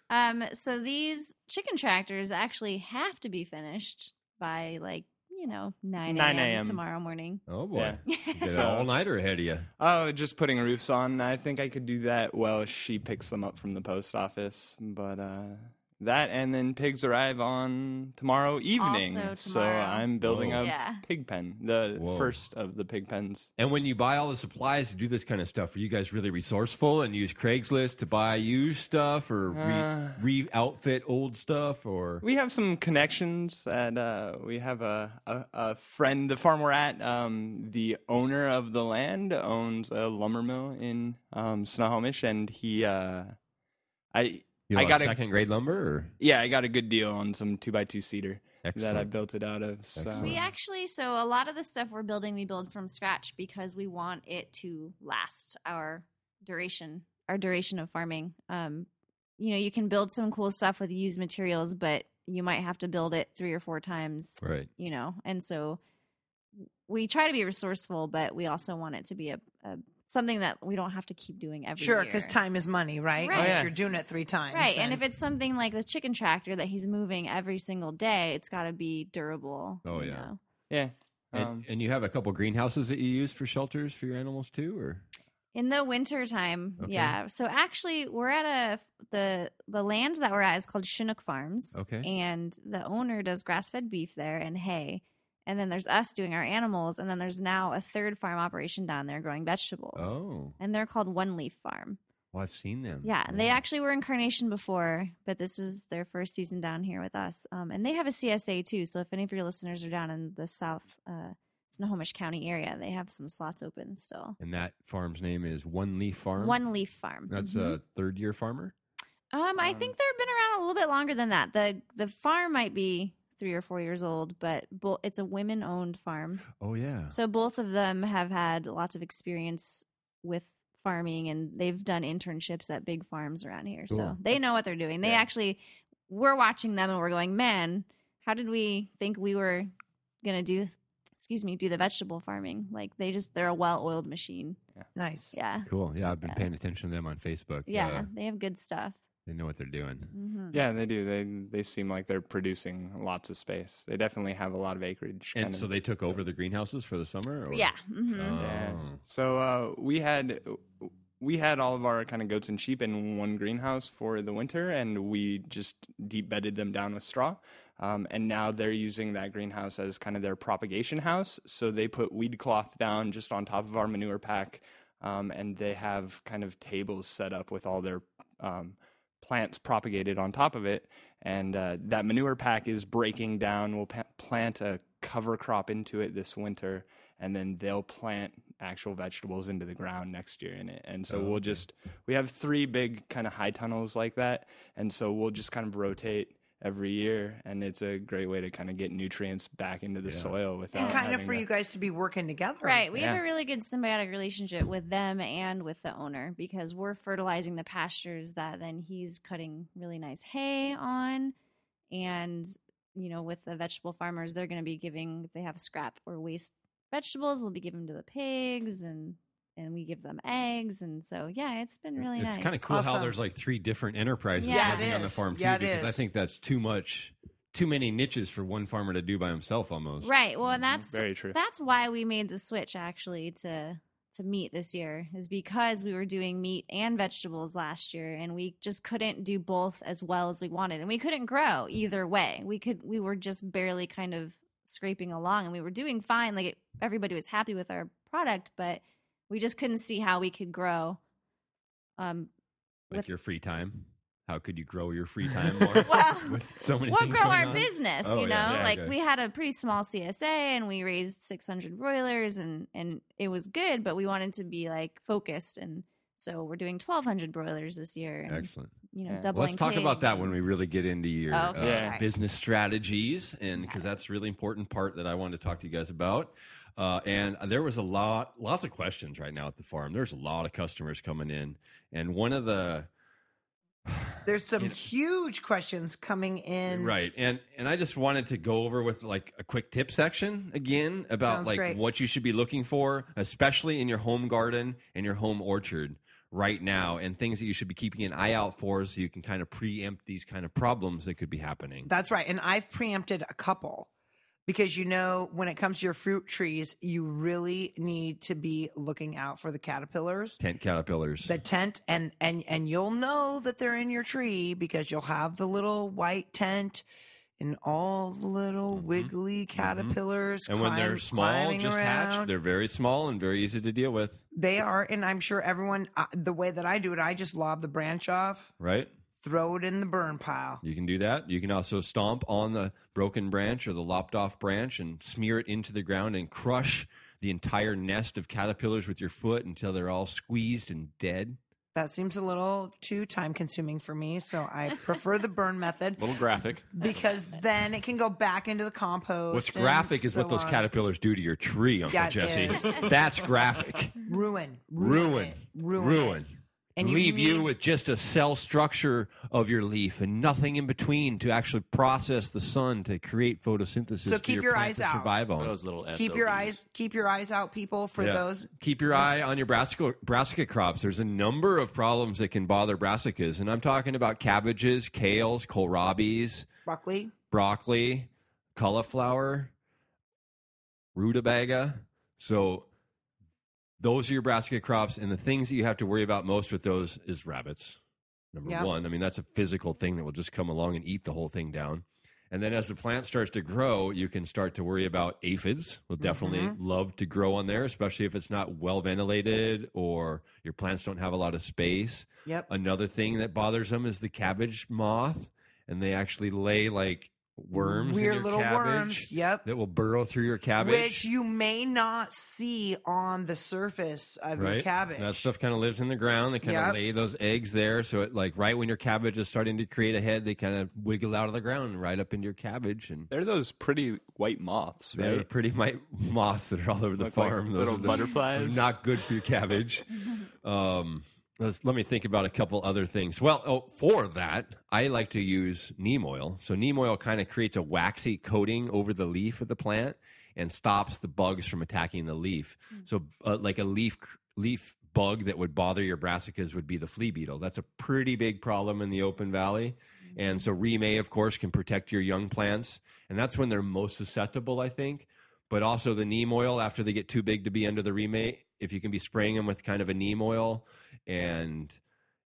S4: Um, so these chicken tractors actually have to be finished by like you you know, 9
S5: 9
S4: a.m.
S5: a.m..
S4: tomorrow morning.
S1: Oh boy,
S5: Yeah.
S1: you got an
S5: So-
S1: all nighter ahead of you.
S5: Oh, just putting roofs on. I think I could do that while she picks them up from the post office. But uh, that and then pigs arrive on tomorrow evening.
S4: Also
S5: So
S4: tomorrow.
S5: I'm building
S1: Whoa.
S5: a
S4: Yeah.
S5: pig pen, the
S1: Whoa.
S5: first of the pig pens.
S1: And when you buy all the supplies to do this kind of stuff, are you guys really resourceful and use Craigslist to buy used stuff or re,
S5: Uh.
S1: re-outfit old stuff? Or
S5: We have some connections, and uh, we have a, a, a friend. The farm we're at, um, the owner of the land owns a lumber mill in um, Snohomish, and he, uh, I,
S1: you
S5: I
S1: want
S5: got a
S1: second grade lumber? Or?
S5: yeah, I got a good deal on some two by two seater that I
S1: Excellent.
S5: built it out of. So.
S1: Excellent.
S4: We actually, so a lot of the stuff we're building, we build from scratch because we want it to last our duration, our duration of farming. Um, you know, you can build some cool stuff with used materials, but you might have to build it three or four times,
S1: right.
S4: you know, and so we try to be resourceful, but we also want it to be a, a something that we don't have to keep doing every
S2: Sure,
S4: year.
S2: because time is money, right?
S4: Right. Oh,
S5: yeah.
S2: If you're doing it three times,
S4: Right.
S2: then-
S4: And if it's something like the chicken tractor that he's moving every single day, it's got to be durable.
S1: Oh,
S4: you
S1: yeah.
S4: know.
S5: Yeah.
S1: And,
S5: Um,
S1: and you have a couple greenhouses that you use for shelters for your animals too, or
S4: In the winter time,
S1: Okay.
S4: yeah. So actually, we're at a the the land that we're at is called Chinook Farms.
S1: Okay.
S4: And the owner does grass fed beef there and hay, and then there's us doing our animals, and then there's now a third farm operation down there growing vegetables.
S1: oh,
S4: And they're called One Leaf Farm.
S1: well, I've seen them.
S4: Yeah, and they actually were in Carnation before, but this is their first season down here with us. Um, and they have a CSA too. So if any of your listeners are down in the South uh, Snohomish County area, they have some slots open still.
S1: And that farm's name is One Leaf Farm.
S4: One Leaf Farm.
S1: That's
S4: Mhm.
S1: a third year farmer.
S4: Um, I
S5: Um,
S4: think they've been around a little bit longer than that. the The farm might be three or four years old, but bo- it's a women owned farm.
S1: Oh yeah.
S4: So both of them have had lots of experience with farming, and they've done internships at big farms around here.
S1: Cool.
S4: So they know what they're doing. They
S5: Yeah.
S4: actually, we're watching them, and we're going, man, how did we think we were gonna do? Excuse me, do the vegetable farming? Like they just they're a well oiled machine.
S2: nice.
S4: Yeah,
S1: Cool. Yeah, I've been
S4: Yeah.
S1: paying attention to them on Facebook.
S4: yeah,
S1: Uh,
S4: they have good stuff.
S1: they know what they're doing.
S4: hmm
S5: yeah, they do. They they seem like they're producing lots of space. They definitely have a lot of acreage.
S1: And
S5: kind
S1: so
S5: of.
S1: they took over the greenhouses for the summer. Or?
S4: Yeah. hmm
S5: Yeah.
S1: Oh.
S5: So uh, we had we had all of our kind of goats and sheep in one greenhouse for the winter, and we just deep bedded them down with straw. Um, and now they're using that greenhouse as kind of their propagation house. So they put weed cloth down just on top of our manure pack, um, and they have kind of tables set up with all their um, plants propagated on top of it. And uh, that manure pack is breaking down. We'll pa- plant a cover crop into it this winter, and then they'll plant actual vegetables into the ground next year in it. And so
S1: Oh,
S5: we'll
S1: okay.
S5: just we have three big kind of high tunnels like that, and so we'll just kind of rotate every year, and it's a great way to kind of get nutrients back into the
S1: Yeah.
S5: soil without
S2: And kind of
S5: having
S2: for
S5: to-
S2: you guys to be working together.
S4: Right. We have
S5: Yeah.
S4: a really good symbiotic relationship with them and with the owner because we're fertilizing the pastures that then he's cutting really nice hay on. And, you know, with the vegetable farmers, they're going to be giving, if they have scrap or waste vegetables, we'll be giving to the pigs and, and we give them eggs. And so, yeah, it's been really
S1: it's
S4: nice.
S1: kind of cool how
S2: Awesome.
S1: there's like three different enterprises
S4: Yeah.
S1: working
S4: Yeah, it
S1: on the
S2: is.
S1: farm too.
S2: Yeah, it
S1: because I
S2: is.
S1: think that's too much, too many niches for one farmer to do by himself almost.
S4: Right. Well, and that's
S5: very true.
S4: That's why we made the switch actually to to meat this year is because we were doing meat and vegetables last year and we just couldn't do both as well as we wanted and we couldn't grow either way. We could we were just barely kind of scraping along and we were doing fine like it, everybody was happy with our product but we just couldn't see how we could grow um
S1: Like
S4: With-
S1: your free time. How could you grow your free time more?
S4: Well,
S1: with so many
S4: we'll
S1: things
S4: grow
S1: going
S4: our
S1: on?
S4: business
S1: Oh,
S4: you know
S1: yeah. Yeah,
S4: like
S1: okay.
S4: we had a pretty small csa and we raised 600 broilers and and it was good but we wanted to be like focused and so we're doing 1200 broilers this year and
S1: Excellent.
S4: you know
S5: Yeah. Well,
S1: Well,
S4: doubling
S1: let's talk about
S4: pigs
S1: that
S4: and-
S1: when we really get into your
S4: Oh, okay,
S1: uh,
S4: sorry.
S1: business strategies, and because that's a really important part that I wanted to talk to you guys about. Uh, and there was a lot, lots of questions right now at the farm. There's a lot of customers coming in, and one of the
S2: There's some
S1: You know-
S2: huge questions coming in.
S1: right and and I just wanted to go over with like a quick tip section again about
S2: Sounds
S1: like
S2: great.
S1: what you should be looking for, especially in your home garden and your home orchard right now, and things that you should be keeping an eye out for, so you can kind of preempt these kind of problems that could be happening.
S2: That's right. And I've preempted a couple. because you know when it comes to your fruit trees, you really need to be looking out for the caterpillars,
S1: Tent caterpillars.
S2: the tent, and and and you'll know that they're in your tree because you'll have the little white tent and all the little wiggly caterpillars.
S1: Mm-hmm. and when
S2: climb-
S1: they're small,
S2: climbing
S1: just hatched,
S2: around.
S1: they're very small and very easy to deal with,
S2: they are, and I'm sure everyone. Uh, the way that I do it, I just lob the branch off,
S1: right?
S2: throw it in the burn pile.
S1: You can do that. You can also stomp on the broken branch or the lopped off branch and smear it into the ground and crush the entire nest of caterpillars with your foot until they're all squeezed and dead.
S2: That seems a little too time consuming for me, so I prefer the burn method.
S3: Little graphic.
S2: because then it can go back into the compost.
S1: What's
S2: and
S1: graphic is
S2: so
S1: what those
S2: on.
S1: caterpillars do to your tree, Uncle
S2: That
S1: Jesse.
S2: is-
S1: That's graphic.
S2: ruin,
S1: Ruin.
S2: it,
S1: Ruin.
S2: ruin, it. And you
S1: leave you
S2: need-
S1: with just a cell structure of your leaf and nothing in between to actually process the sun to create photosynthesis.
S2: So
S1: for
S2: keep your
S1: plant
S2: eyes
S1: to
S2: out.
S1: Survive on.
S3: Those little
S2: Keep your
S3: SOBs.
S2: eyes, keep your eyes out, people, for
S1: Yeah.
S2: those.
S1: Keep your eye on your brassica, brassica crops. There's a number of problems that can bother brassicas, and I'm talking about cabbages, kales, kohlrabis,
S2: Broccoli,
S1: broccoli, cauliflower, rutabaga. So those are your brassica crops, and the things that you have to worry about most with those is rabbits. Number
S2: Yeah.
S1: one, I mean that's a physical thing that will just come along and eat the whole thing down. And then as the plant starts to grow, you can start to worry about aphids. Will definitely love to grow on there, especially if it's not well ventilated or your plants don't have a lot of space.
S2: yep,
S1: Another thing that bothers them is the cabbage moth, and they actually lay like worms. in
S2: weird
S1: your
S2: little
S1: cabbage
S2: worms, yep,
S1: that will burrow through your cabbage.
S2: which you may not see on the surface of your
S1: right,
S2: cabbage.
S1: that stuff kind of lives in the ground. They kind of
S2: Yep.
S1: lay those eggs there, so it like right when your cabbage is starting to create a head, they kind of wiggle out of the ground and right up into your cabbage, and
S5: They're those pretty white moths,
S1: they're
S5: right?
S1: the pretty might moths that are all over the
S5: Look like
S1: farm. those
S5: little
S1: are the,
S5: butterflies.
S1: those are not good for your cabbage. um, let's let me think about a couple other things. Well, oh, for that, I like to use neem oil. So neem oil kind of creates a waxy coating over the leaf of the plant and stops the bugs from attacking the leaf.
S5: Hmm.
S1: So, uh, like a leaf leaf bug that would bother your brassicas would be the flea beetle. That's a pretty big problem in the open valley.
S5: Hmm.
S1: And so remay, of course, can protect your young plants, and that's when they're most susceptible, I think. But also the neem oil after they get too big to be under the remay, if you can be spraying them with kind of a neem oil and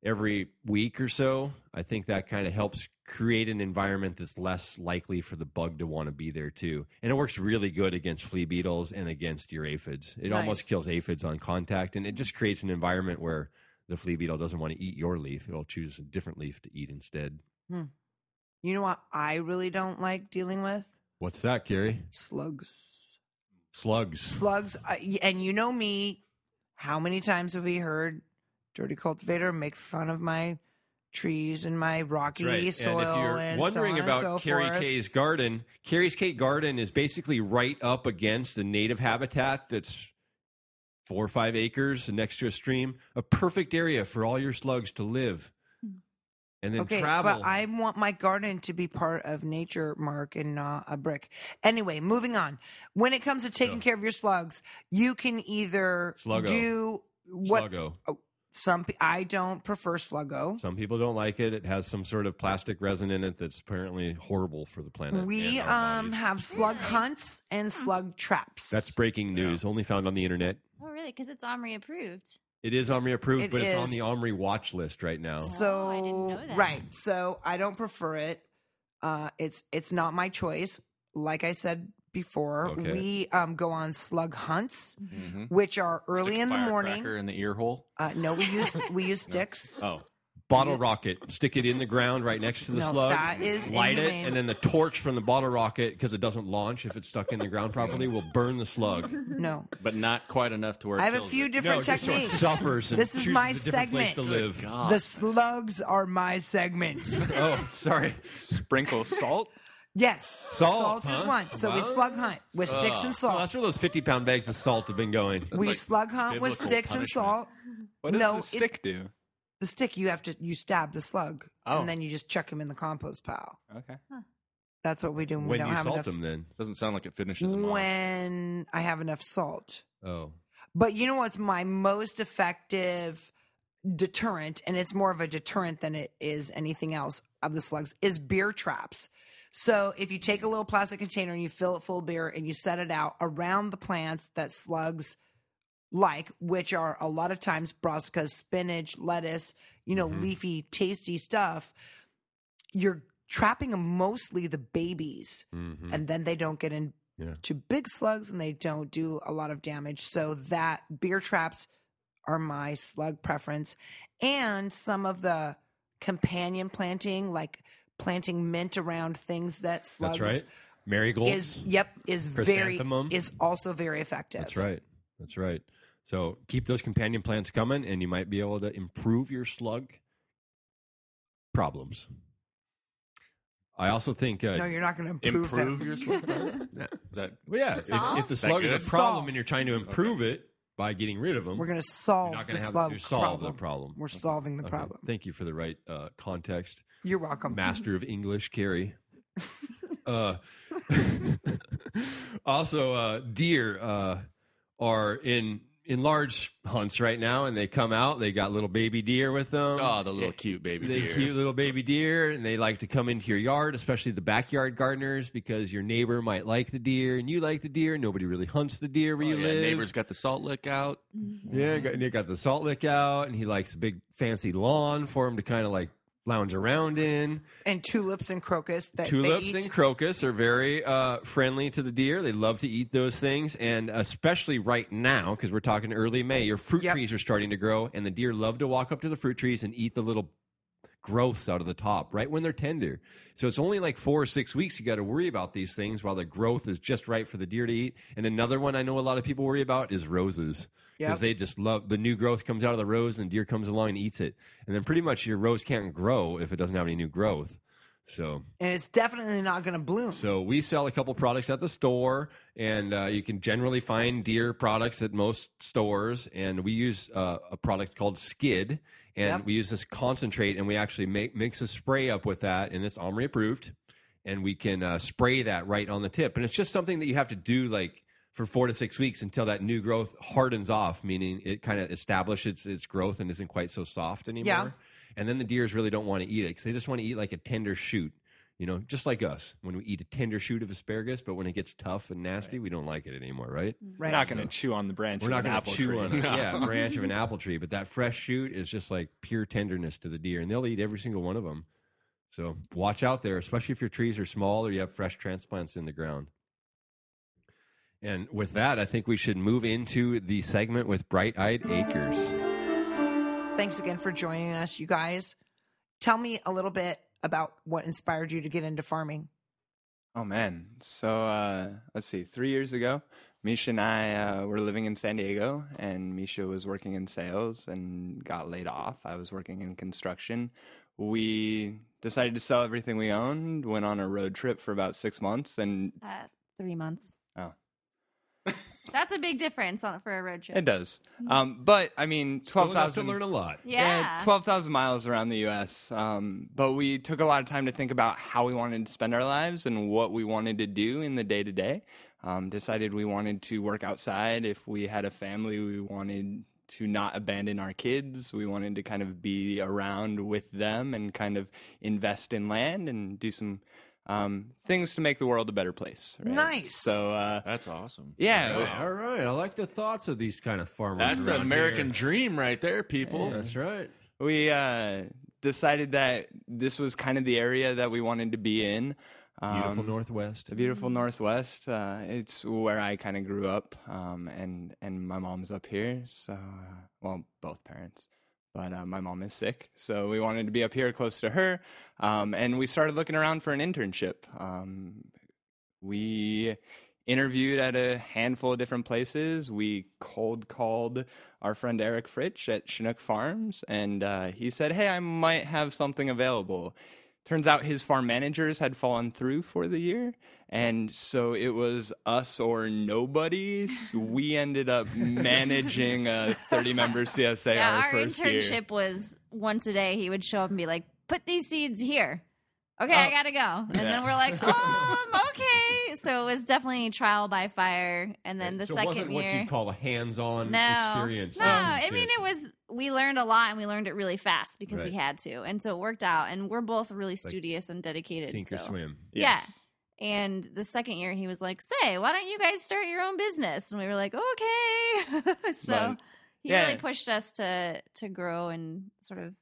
S1: every week or so, I think that kind of helps create an environment that's less likely for the bug to want to be there too. And it works really good against flea beetles and against your aphids. It almost
S2: Nice.
S1: kills aphids on contact and it just creates an environment where the flea beetle doesn't want to eat your leaf. It'll choose a different leaf to eat instead.
S2: you know what I really don't like dealing with
S1: What's that, Gary?
S2: slugs.
S1: Slugs.
S2: slugs uh, y- and you know me how many times have we heard dirty cultivator make fun of my trees and my rocky soil
S1: And if you're
S2: and
S1: wondering
S2: so on
S1: about
S2: and so
S1: Carrie
S2: forth.
S1: Kay's garden, Carrie Kay garden is basically right up against a native habitat that's four or five acres next to a stream, a perfect area for all your slugs to live and then
S2: okay
S1: travel.
S2: but i want my garden to be part of nature mark and not a brick anyway moving on when it comes to taking
S1: Yeah.
S2: care of your slugs you can either
S1: Sluggo.
S2: do what
S1: Sluggo.
S2: some pe- i don't prefer sluggo
S1: Some people don't like it. It has some sort of plastic resin in it that's apparently horrible for the planet. and
S2: we
S1: our
S2: um
S1: bodies.
S2: have slug hunts and slug traps
S1: that's breaking news, only found on the internet.
S4: Oh, really? Because it's Omri approved.
S1: It is Omri approved,
S2: It
S1: but it's on
S2: is.
S1: the Omri watch list right now.
S2: So
S4: Oh, I didn't know that.
S2: right. So I don't prefer it. Uh, it's it's not my choice. Like I said before,
S1: Okay. Mm-hmm.
S2: we um, go on slug hunts,
S3: Mhm.
S2: which are early
S3: Stick
S2: in
S3: a
S2: the morning.
S3: firecracker in the ear hole.
S2: Uh, no, we use we use sticks.
S1: Oh. Bottle rocket. Stick it in the ground right next to the
S2: No,
S1: slug.
S2: that is
S1: light it,
S2: inhumane.
S1: and then the torch from the bottle rocket, because it doesn't launch if it's stuck in the ground properly, will burn the slug.
S2: No,
S3: but not quite enough to where it
S2: I have a
S3: kills
S2: few
S3: it.
S2: different
S1: just so Uh-huh. it
S2: techniques.
S1: suffers. And
S2: This is
S1: chooses
S2: my
S1: a different place to
S2: segment.
S1: live.
S3: God.
S2: the slugs are my segment.
S1: Oh, sorry.
S5: Sprinkle salt.
S2: yes,
S1: Salt,
S2: is
S1: huh?
S2: one. So we
S1: Wow.
S2: slug hunt with sticks and
S1: So
S2: salt.
S1: that's where those fifty-pound bags of salt have been going.
S2: we
S3: like
S2: slug hunt with
S3: biblical
S2: sticks and
S3: punishment.
S2: salt.
S5: What does
S2: No,
S5: the
S2: it-
S5: stick do?
S2: The stick you have to you stab the slug,
S3: Oh.
S2: and then you just chuck him in the compost pile.
S5: Okay.
S2: That's what we do when, we
S1: When
S2: don't
S1: you
S2: have
S1: salt
S2: enough.
S1: them, then
S3: Doesn't sound like it finishes them off.
S2: when I have enough salt.
S1: oh,
S2: But you know what's my most effective deterrent, and it's more of a deterrent than it is anything else of the slugs, is beer traps. So if you take a little plastic container and you fill it full of beer and you set it out around the plants that slugs like, which are a lot of times brassica, spinach, lettuce, you know, leafy, tasty stuff, you're trapping mostly the babies
S1: Mhm.
S2: and then they don't get into
S1: Yeah.
S2: big slugs and they don't do a lot of damage. So that beer traps are my slug preference. And some of the companion planting, like planting mint around things that slugs
S1: That's right. Marigolds.
S2: is yep, is very
S1: Chrysanthemum.
S2: is also very effective.
S1: That's right. That's right. So keep those companion plants coming, and you might be able to improve your slug problems. I also think, uh,
S2: No, you're not gonna improve,
S3: Improve
S2: them.
S3: your sleep. Is that
S1: well, yeah, if,
S4: Solve?
S1: if the
S3: Is that
S1: slug is,
S3: good?
S1: a problem
S2: Solve.
S1: and you're trying to improve it by getting rid of them,
S2: We're gonna
S1: you're
S2: solve
S1: not
S2: the
S1: going to have
S2: slug
S1: you solve
S2: problem.
S1: the problem.
S2: We're solving the
S1: Okay.
S2: problem.
S1: Thank you for the right uh, context.
S2: You're welcome.
S1: master of English, Carrie. uh, also, uh, deer uh, are in in large hunts right now, and they come out. They got little baby deer with them.
S3: oh the little cute baby
S1: They
S3: deer.
S1: cute little baby deer, and they like to come into your yard, especially the backyard gardeners, because your neighbor might like the deer, and you like the deer. Nobody really hunts the deer
S3: Oh,
S1: where you
S3: yeah,
S1: live.
S3: neighbors got the salt lick out.
S1: Yeah, got, Nick got the salt lick out, and he likes a big fancy lawn for him to kind of like lounge around in.
S2: And tulips and crocus that
S1: Tulips
S2: they eat.
S1: and crocus are very uh, friendly to the deer. They love to eat those things, and especially right now because we're talking early May. Your fruit
S2: Yep.
S1: trees are starting to grow, and the deer love to walk up to the fruit trees and eat the little growths out of the top right when they're tender. So it's only like four or six weeks you got to worry about these things while the growth is just right for the deer to eat. And another one I know a lot of people worry about is roses because
S2: Yep.
S1: they just love the new growth comes out of the rose and deer comes along and eats it. And then pretty much your rose can't grow if it doesn't have any new growth. So
S2: and it's definitely not gonna bloom.
S1: so we sell a couple products at the store, and uh, you can generally find deer products at most stores. And we use uh, a product called Skid, and
S2: Yep.
S1: we use this concentrate, and we actually make mix a spray up with that, and it's Omri approved, and we can uh, spray that right on the tip. And it's just something that you have to do like for four to six weeks until that new growth hardens off, meaning it kind of establishes its growth and isn't quite so soft anymore.
S2: Yeah.
S1: And then the deers really don't want to eat it because they just want to eat like a tender shoot you know, just like us when we eat a tender shoot of asparagus, but when it gets tough and nasty, we don't like it anymore, right?
S2: right.
S5: not going to chew on the branch.
S1: We're not
S5: going
S1: going
S5: to
S1: to chew on a,
S3: No.
S1: yeah, a branch of an apple tree, but that fresh shoot is just like pure tenderness to the deer, and they'll eat every single one of them. So watch out there, especially if your trees are small or you have fresh transplants in the ground. And with that, I think we should move into the segment with Bright Eyed Acres.
S2: Thanks again for joining us, you guys. Tell me a little bit about what inspired you to get into farming.
S5: Oh man! So uh, let's see. Three years ago, Misha and I uh, were living in San Diego, and Misha was working in sales and got laid off. I was working in construction. We decided to sell everything we owned. Went on a road trip for about six months, and
S4: Uh, three months.
S5: Oh.
S4: That's a big difference on for a road trip.
S5: it does. Um, but I mean, twelve
S1: Well, Hmm. enough to
S5: thousand.
S1: learn a lot.
S4: Yeah.
S5: twelve thousand miles around the U.S. Um, but we took a lot of time to think about how we wanted to spend our lives and what we wanted to do in the day to day. Um, Decided we wanted to work outside. If we had a family, we wanted to not abandon our kids. We wanted to kind of be around with them and kind of invest in land and do some um, things to make the world a better place. right?
S2: Nice.
S5: So uh,
S3: That's awesome.
S5: yeah,
S1: All right. I like the thoughts of these kind of farmers.
S3: That's the
S1: around
S3: American
S1: here.
S3: dream right there, people.
S1: That's right.
S5: we uh, decided that this was kind of the area that we wanted to be in. Um,
S1: Beautiful Northwest.
S5: the beautiful Northwest. Uh, it's where I kind of grew up, um, and and my mom's up here. So, uh, well, both parents, but uh, my mom is sick, so we wanted to be up here close to her. Um, and we started looking around for an internship. Um, we interviewed at a handful of different places. We cold called our friend Eric Fritch at Chinook Farms, and uh, he said, "Hey, I might have something available." Turns out his farm managers had fallen through for the year, and so it was us or nobody. So we ended up managing a 30-member CSA
S4: yeah,
S5: our,
S4: our
S5: first
S4: internship
S5: year.
S4: was once a day. He would show up and be
S1: Oh.
S4: like, "Put these seeds here." Okay, I gotta go. And then we're like, um, okay. So it was definitely trial by fire. And then the
S1: so it
S4: second
S1: wasn't
S4: year.
S1: what you'd call a hands-on
S4: no,
S1: experience.
S4: No,
S1: of
S4: I
S1: some
S4: mean
S1: shit.
S4: it was. We learned a lot, and we learned it really fast because we
S1: Right.
S4: had to, and so it worked out. And we're both really studious and dedicated.
S1: sink
S4: so.
S1: or swim.
S4: Yeah. And the second year, he was like, "Say, why don't you guys start your own business?" And we were like, "Okay." so
S3: Right.
S4: he
S5: Yeah.
S4: really pushed us to to grow and sort of,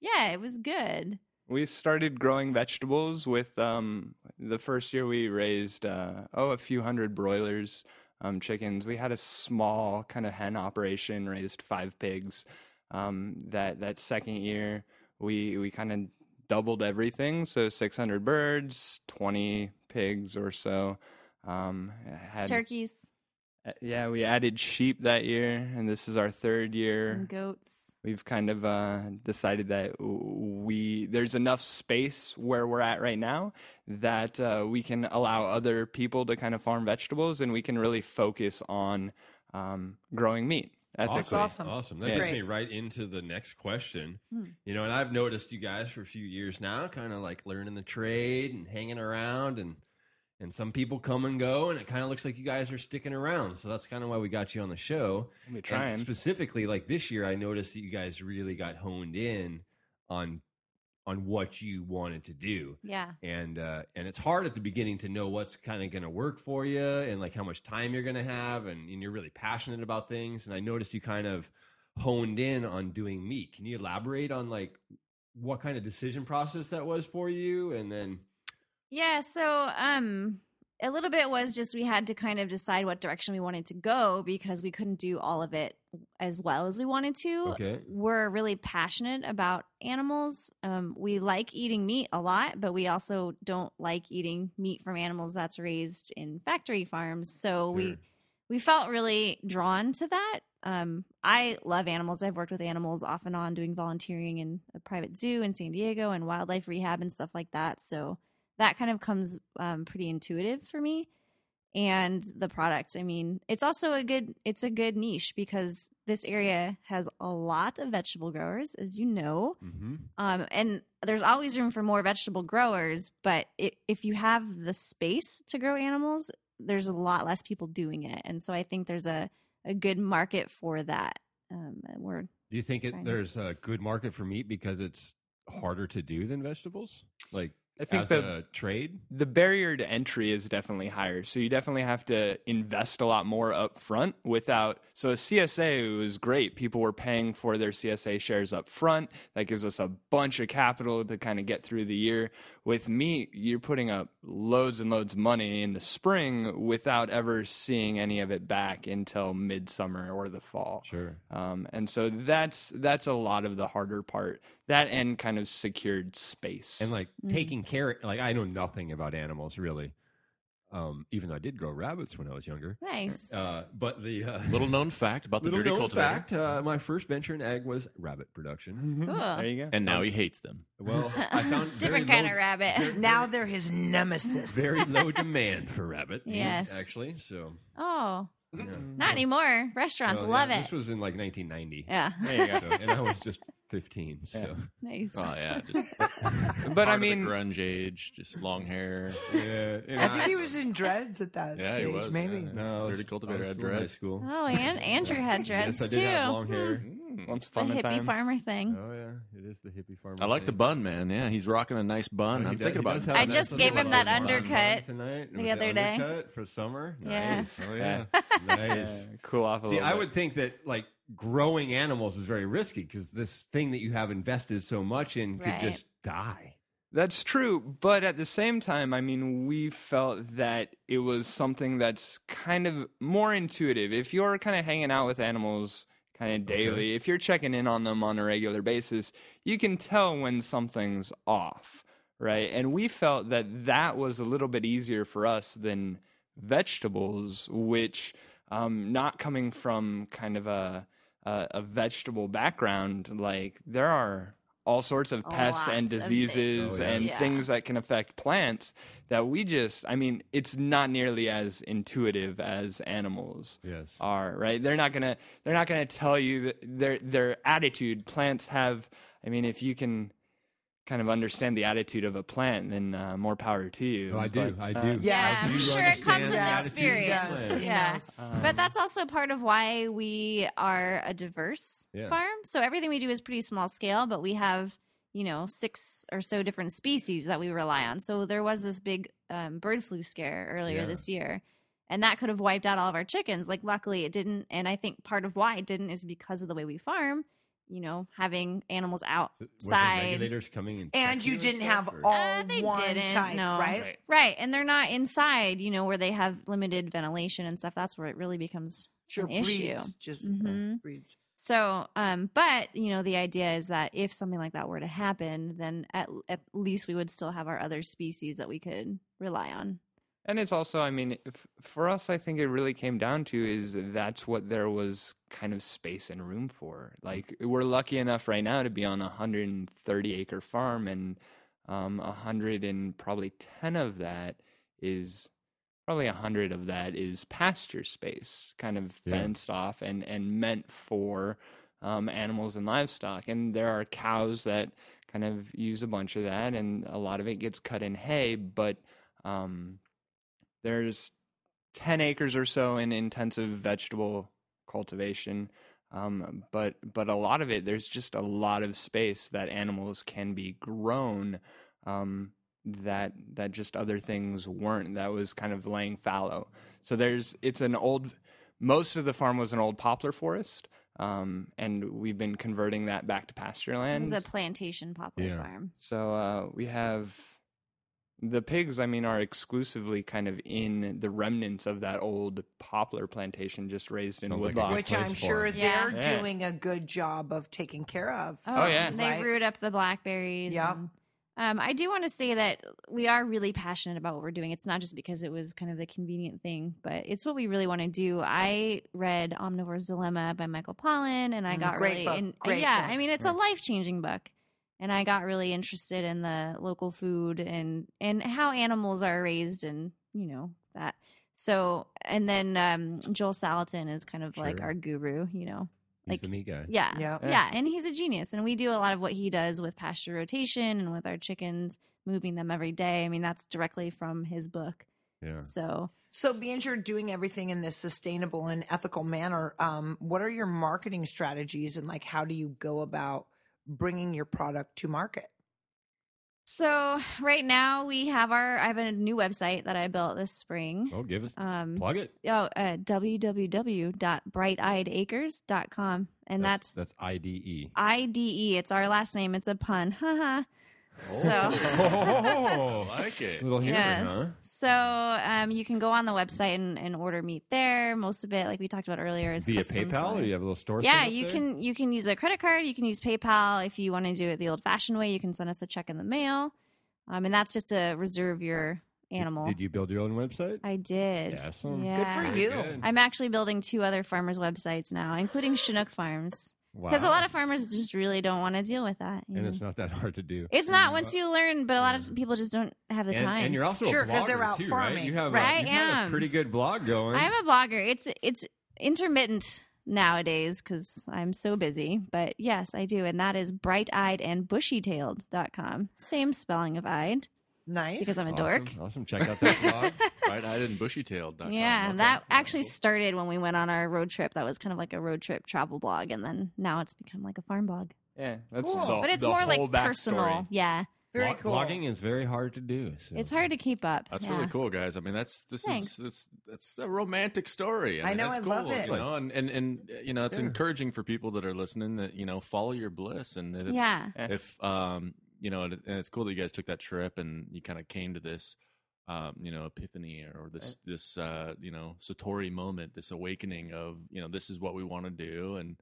S4: yeah, it was good.
S5: We started growing vegetables with um, the first year we raised uh, oh a few hundred broilers, um, chickens. We had a small kind of hen operation, raised five pigs. Um, that that second year we we kind of doubled everything, so six hundred birds, twenty pigs or so. Um, had,
S4: Turkeys
S5: uh, Yeah, we added sheep that year, and this is our third year
S4: and goats.
S5: we've kind of uh, decided that w- we there's enough space where we're at right now that uh, we can allow other people to kind of farm vegetables and we can really focus on um, growing meat ethically.
S2: That's awesome.
S1: Awesome. That
S2: That's
S1: gets me
S2: great.
S1: right into the next question.
S4: Hmm.
S1: You know, and I've noticed you guys for a few years now, kind of like learning the trade and hanging around, and and some people come and go, and it kind of looks like you guys are sticking around. So that's kind of why we got you on the show.
S5: We're
S1: And
S5: trying.
S1: specifically, like this year, I noticed that you guys really got honed in on on what you wanted to do
S4: Yeah.
S1: and uh, and it's hard at the beginning to know what's kind of going to work for you and like how much time you're going to have and, and you're really passionate about things and i noticed you kind of honed in on doing meat can you elaborate on like what kind of decision process that was for you and then
S4: Yeah, so um a little bit was just we had to kind of decide what direction we wanted to go because we couldn't do all of it as well as we wanted to.
S1: okay
S4: We're really passionate about animals. Um, we like eating meat a lot, but we also don't like eating meat from animals that's raised in factory farms. So we
S1: Sure.
S4: we felt really drawn to that. Um, I love animals. I've worked with animals off and on doing volunteering in a private zoo in San Diego and wildlife rehab and stuff like that. So that kind of comes um, pretty intuitive for me. And the product, I mean, it's also a good it's a good niche because this area has a lot of vegetable growers, as you know.
S1: mm-hmm.
S4: Um, and there's always room for more vegetable growers, but i if you have the space to grow animals, there's a lot less people doing it. And so I think there's a, a good market for that. Um, word.
S1: do you think it,
S4: Fine.
S1: there's a good market for meat because it's harder to do than vegetables like
S5: I think
S1: as
S5: that
S1: a trade
S5: the barrier to entry is definitely higher. So you definitely have to invest a lot more up front without so a CSA was great. People were paying for their CSA shares up front. That gives us a bunch of capital to kind of get through the year. With me, you're putting up loads and loads of money in the spring without ever seeing any of it back until midsummer or the fall.
S1: sure
S5: Um, and so that's that's a lot of the harder part. That and kind of secured space.
S1: and like
S4: Mm.
S1: taking care like i know nothing about animals really um, even though i did grow rabbits when i was younger
S4: Nice.
S1: Uh, but the uh,
S3: Little known fact about the
S1: little
S3: dirty
S1: known
S3: cultivator.
S1: fact, uh, my first venture in ag was rabbit production.
S4: Cool.
S5: there you go.
S3: And now he hates them.
S1: Well, I found
S4: Different
S1: very
S4: kind of
S1: low-
S4: rabbit.
S2: Now they're his nemesis.
S1: Very low demand for rabbit. meat,
S4: Yes.
S1: actually. So
S4: oh,
S1: yeah.
S5: Mm-hmm.
S4: not anymore. Restaurants
S1: Well,
S4: love
S1: Oh, yeah,
S4: it.
S1: This was in like 1990,
S4: yeah.
S5: There you go.
S1: so, and I was just 15. So
S4: nice.
S3: Oh yeah, just
S5: But
S3: part
S5: I
S3: of the
S5: mean,
S3: grunge age, just long hair.
S1: yeah, and
S2: I think he was in dreads at that
S3: Yeah, he
S2: stage.
S3: was,
S2: maybe.
S3: yeah.
S1: no, I was,
S3: Dirty cultivator
S1: I was
S3: had
S1: still in high
S3: dreads.
S1: school.
S4: Oh, and Andrew had dreads
S1: yes, I did
S4: too.
S1: have long hair.
S5: Once
S4: The
S5: upon a
S4: hippie
S5: time.
S4: farmer thing.
S1: Oh yeah, it is the hippie farm.
S3: I like the bun, man. Yeah, he's rocking a nice
S1: Oh,
S3: bun.
S1: he
S3: I'm
S1: does-
S3: thinking
S1: he
S3: about.
S1: does have
S4: I
S1: a nice
S4: just
S1: little
S4: gave him
S1: bun
S4: that
S1: on
S4: undercut
S1: tonight
S4: the
S1: with
S4: other day.
S1: undercut for summer.
S4: Yeah.
S1: Nice. Oh yeah,
S5: Yeah.
S1: nice.
S5: Yeah, cool off a
S1: See,
S5: little
S1: I
S5: bit.
S1: would think that like growing animals is very risky because this thing that you have invested so much in could
S4: Right.
S1: just die.
S5: That's true, but at the same time, I mean, we felt that it was something that's kind of more intuitive. If you're kind of hanging out with animals kind of daily, if you're checking in on them on a regular basis, you can tell when something's off, right? And we felt that that was a little bit easier for us than vegetables, which um, not coming from kind of a a, a vegetable background, like there are all sorts of
S4: A
S5: pests
S4: lots
S5: and
S4: of things.
S5: diseases
S1: Oh, yeah.
S5: and
S4: Yeah.
S5: things that can affect plants that we just I mean it's not nearly as intuitive as animals
S1: Yes.
S5: are right they're not gonna they're not gonna tell you that their their attitude plants have i mean if you can kind of understand the attitude of a plant, then uh, more power to you.
S1: Oh, I do.
S5: But,
S1: I
S5: uh,
S1: do.
S2: Yeah,
S4: Yeah,
S2: I
S4: I'm
S1: do
S4: sure it comes
S1: understand
S4: with
S1: the attitudes of
S4: experience.
S1: plants.
S4: Yeah.
S5: um,
S4: But that's also part of why we are a diverse
S1: Yeah.
S4: farm. So everything we do is pretty small scale, but we have, you know, six or so different species that we rely on. So there was this big um, bird flu scare earlier
S1: Yeah.
S4: this year, and that could have wiped out all of our chickens. Like, luckily it didn't. And I think part of why it didn't is because of the way we farm, you know, having animals
S1: Was the
S4: outside.
S1: regulators coming in
S2: And you didn't have all
S4: Uh, they
S2: one
S4: didn't,
S2: type,
S4: no.
S2: right?
S5: Right.
S4: Right. And they're not inside, you know, where they have limited ventilation and stuff. That's where it really becomes
S2: Sure,
S4: an issue.
S2: breeds just
S4: Mhm.
S2: breeds.
S4: So, um, but you know, the idea is that if something like that were to happen, then at at least we would still have our other species that we could rely on.
S5: And it's also, I mean, f- for us, I think it really came down to is that's what there was kind of space and room for. Like, we're lucky enough right now to be on a 130 acre farm, and um, 100 and probably 10 of that is probably 100 of that is pasture space, kind of
S1: Yeah.
S5: fenced off and, and meant for um, animals and livestock. And there are cows that kind of use a bunch of that, and a lot of it gets cut in hay, but. Um, there's 10 acres or so in intensive vegetable cultivation um, but but a lot of it there's just a lot of space that animals can be grown um, that that just other things weren't that was kind of laying fallow so there's it's an old most of the farm was an old poplar forest um, and we've been converting that back to pasture land
S4: It's a plantation poplar
S1: Yeah.
S4: farm.
S5: so uh, we have the pigs. I mean, are exclusively kind of in the remnants of that old poplar plantation, just raised in a
S1: Sounds like a
S5: woodlot.
S1: good
S2: Which I'm
S1: place for
S2: sure
S1: 'em.
S2: they're
S4: Yeah.
S5: Yeah.
S2: doing a good job of taking care of.
S5: Oh, yeah.
S4: and Um, they
S2: Right.
S4: root up the blackberries.
S2: Yep.
S4: and- um, I do want to say that we are really passionate about what we're doing. It's not just because it was kind of the convenient thing, but it's what we really want to do. I read Omnivore's Dilemma by Michael Pollan, and I
S2: Mm,
S4: got
S2: great
S4: really
S2: book,
S4: in-
S2: great
S4: yeah.
S2: book.
S4: I mean, it's a life changing book, and I got really interested in the local food and and how animals are raised, and you know that. So, and then um, Joel Salatin is kind of like
S1: Sure.
S4: our guru, you know.
S1: He's
S4: like-
S1: the meat guy.
S4: Yeah.
S2: Yeah.
S5: Yeah.
S4: Yeah. And he's a genius. And we do a lot of what he does with pasture rotation and with our chickens, moving them every day. I mean, that's directly from his book.
S1: Yeah.
S4: So
S2: So, being you're doing everything in this sustainable and ethical manner, um, what are your marketing strategies and like how do you go about bringing your product to market?
S4: so right now we have our I have a new website that I built this spring.
S1: Oh, give us
S4: Um
S1: plug it.
S4: oh, uh, www.brighteyedacres.com and that's, Uh,
S1: that's I D E.
S4: IDE. It's our last name. It's a pun. Haha.
S1: oh,
S3: like it.
S1: little humor,
S4: yes.
S1: huh?
S4: So um, you can go on the website and, and order meat there. Most of it, like we talked about earlier, is
S1: Via
S4: custom
S1: PayPal,
S4: sewn.
S1: or you have a little store.
S4: yeah
S1: set up
S4: you
S1: there?
S4: can you can use a credit card you can use paypal if you want to do it the old fashioned way you can send us a check in the mail um, and that's just to reserve your
S1: Did-
S4: animal
S1: Did you build your own website?
S4: i did
S1: Yeah, awesome.
S4: Yeah.
S2: Good for
S1: Very
S2: you.
S1: good.
S4: i'm actually building two other farmers websites now including chinook farms
S1: Wow.
S4: because a lot of farmers just really don't want to deal with that you
S1: and
S4: know.
S1: it's not that hard to do.
S4: it's not once you learn but a lot
S1: Yeah.
S4: of people just don't have the
S1: and,
S4: time
S1: and you're also a
S2: Sure, 'cause
S1: blogger
S2: they're out
S1: too, right?
S2: farming.
S1: You have
S4: Right,
S1: a, you have
S4: am.
S1: a pretty good blog going.
S4: I'm a blogger. It's it's intermittent nowadays because I'm so busy. But yes, I do, and that is bright-eyed and bushy-tailed.com. Same spelling of eyed
S2: Nice.
S4: because I'm a
S1: awesome,
S4: dork.
S1: Awesome. Check out that blog.
S3: right? I didn't bushy tailed.
S4: Yeah, and that actually started when we went on our road trip. That was kind of like a road trip travel blog, and then now it's become like a farm blog.
S5: Yeah, that's
S2: Cool.
S5: the,
S4: But it's
S5: Oh, the
S4: more like
S5: whole backstory.
S4: personal. Yeah,
S2: Very
S1: Blog-
S2: cool.
S1: Blogging is very hard to do. so-
S4: it's hard to keep up.
S3: That's
S4: yeah.
S3: really cool, guys. I mean, that's this
S4: Thanks.
S3: is that's that's a romantic story. I,
S2: I
S3: mean,
S2: know,
S3: that's
S2: I
S3: cool,
S2: love it.
S3: You know, and and and uh, you know, it's
S1: Yeah.
S3: encouraging for people that are listening that you know follow your bliss and that if,
S4: Yeah,
S3: if um you know, and, it- and it's cool that you guys took that trip and you kind of came to this. Um, you know, epiphany or this this uh, you know satori moment, this awakening of you know this is what we want to do, and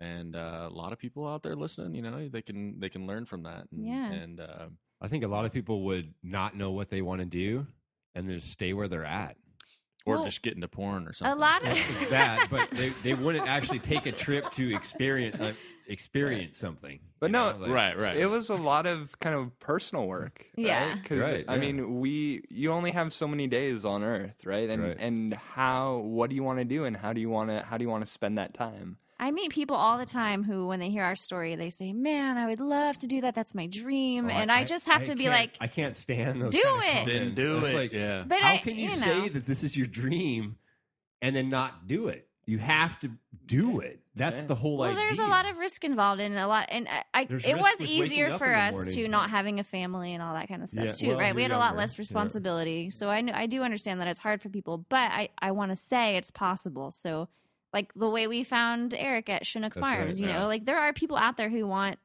S3: and uh, a lot of people out there listening, you know, they can they can learn from that, and,
S4: Yeah.
S3: and uh,
S1: I think a lot of people would not know what they want to do and just stay where they're at.
S3: or
S4: Well,
S3: just get into porn or
S4: a
S3: something.
S4: lot of
S1: that, but they, they wouldn't actually take a trip to experience like, experience something.
S5: But
S1: you
S5: no,
S1: know, like-
S3: right, right.
S5: It was a lot of kind of personal work.
S4: Yeah.
S5: Because,
S1: Right,
S5: I
S1: yeah.
S5: mean, we, you only have so many days on earth, right? And,
S1: Right.
S5: and how, what do you want to do and how do you want to, how do you want to spend that time?
S4: I I meet people all the time who, when they hear our story, they say, "Man, I would love to do that. That's my dream."
S1: Oh,
S4: and I, just have to be
S1: can't-
S4: like,
S1: I can't stand those.
S4: "Do
S1: kind of
S4: it!"
S1: comments.
S3: Then do
S1: It's
S3: it,
S1: like,
S3: yeah.
S4: "But
S1: how
S4: I,
S1: can you,
S4: you know,
S1: say that this is your dream and then not do it? You have to do it. That's
S5: Yeah.
S1: the whole
S4: Well,
S1: idea.
S4: there's a lot of risk involved in a lot, and I, I
S1: There's
S4: it
S1: risk
S4: was
S1: with waking
S4: easier
S1: up
S4: for
S1: in the
S4: us
S1: morning.
S4: to not having a family and all that kind of stuff
S1: Yeah,
S4: too,
S1: well,
S4: right? We
S1: you're
S4: had a lot
S1: younger,
S4: less
S1: yeah.
S4: responsibility, so I kn- I do understand that it's hard for people, but I I want to say it's possible. So, like the way we found Eric at Chinook
S1: That's
S4: Farms,
S1: right,
S4: you
S1: yeah.
S4: know, like there are people out there who want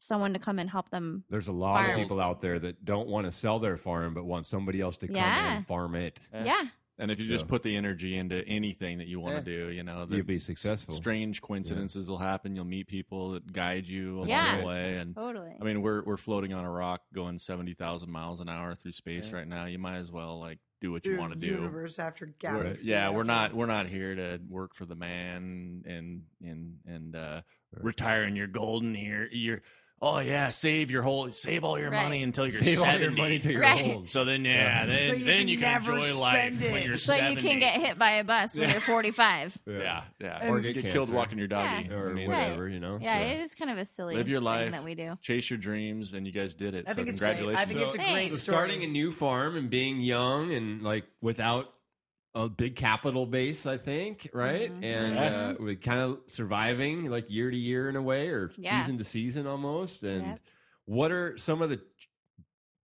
S4: someone to come and help them.
S1: There's a lot of
S4: Farm.
S1: people out there that don't want to sell their farm but want somebody else to come
S4: Yeah.
S1: and farm it.
S5: Yeah.
S4: yeah.
S3: And if you
S1: So-
S3: just put the energy into anything that you want to do, you know, the
S1: You'll be
S3: s-
S1: successful.
S3: strange coincidences will happen. You'll meet people that guide you along
S4: Yeah.
S3: the way. And
S4: Totally.
S3: I mean, we're we're floating on a rock going seventy thousand miles an hour through space
S5: Yeah.
S3: right now. You might as well like do what you
S2: Through
S3: want to do.
S2: universe after
S3: We're-
S2: galaxy.
S3: yeah, we're
S2: after-
S3: not we're not here to work for the man and and and uh, retire in your golden year. Your oh yeah, save your whole save all your
S4: Right.
S3: money until you're
S1: Save all
S3: seventy.
S1: your money till you're
S4: Right.
S1: old.
S3: so then,
S1: Yeah.
S3: yeah, then,
S2: So you
S3: then
S2: can
S3: you can
S2: never
S3: enjoy
S2: spend
S3: life when
S2: it.
S3: you're
S4: so
S3: 70.
S4: you can get hit by a bus when you're 45.
S3: Yeah, yeah.
S1: Or
S3: Or
S1: get
S3: get, killed
S1: cancer.
S3: walking your doggy.
S4: Yeah.
S1: Or
S3: I mean,
S1: whatever, you know?
S4: Yeah,
S1: so.
S4: it is kind of a silly
S3: Live your
S4: thing
S3: life.
S4: that we do.
S3: Chase your dreams, and you guys did it.
S2: I
S3: so
S2: think it's great. I
S3: congratulations.
S2: think it's a great
S1: So
S4: Thanks.
S2: story.
S1: starting a new farm and being young and like without a big capital base, I think, right?
S2: Mm-hmm.
S4: Mhm.
S1: And
S5: Yeah.
S1: uh, we kind of surviving like year to year in a way, or
S4: Yeah.
S1: season to season almost. And
S4: Yep.
S1: what are some of the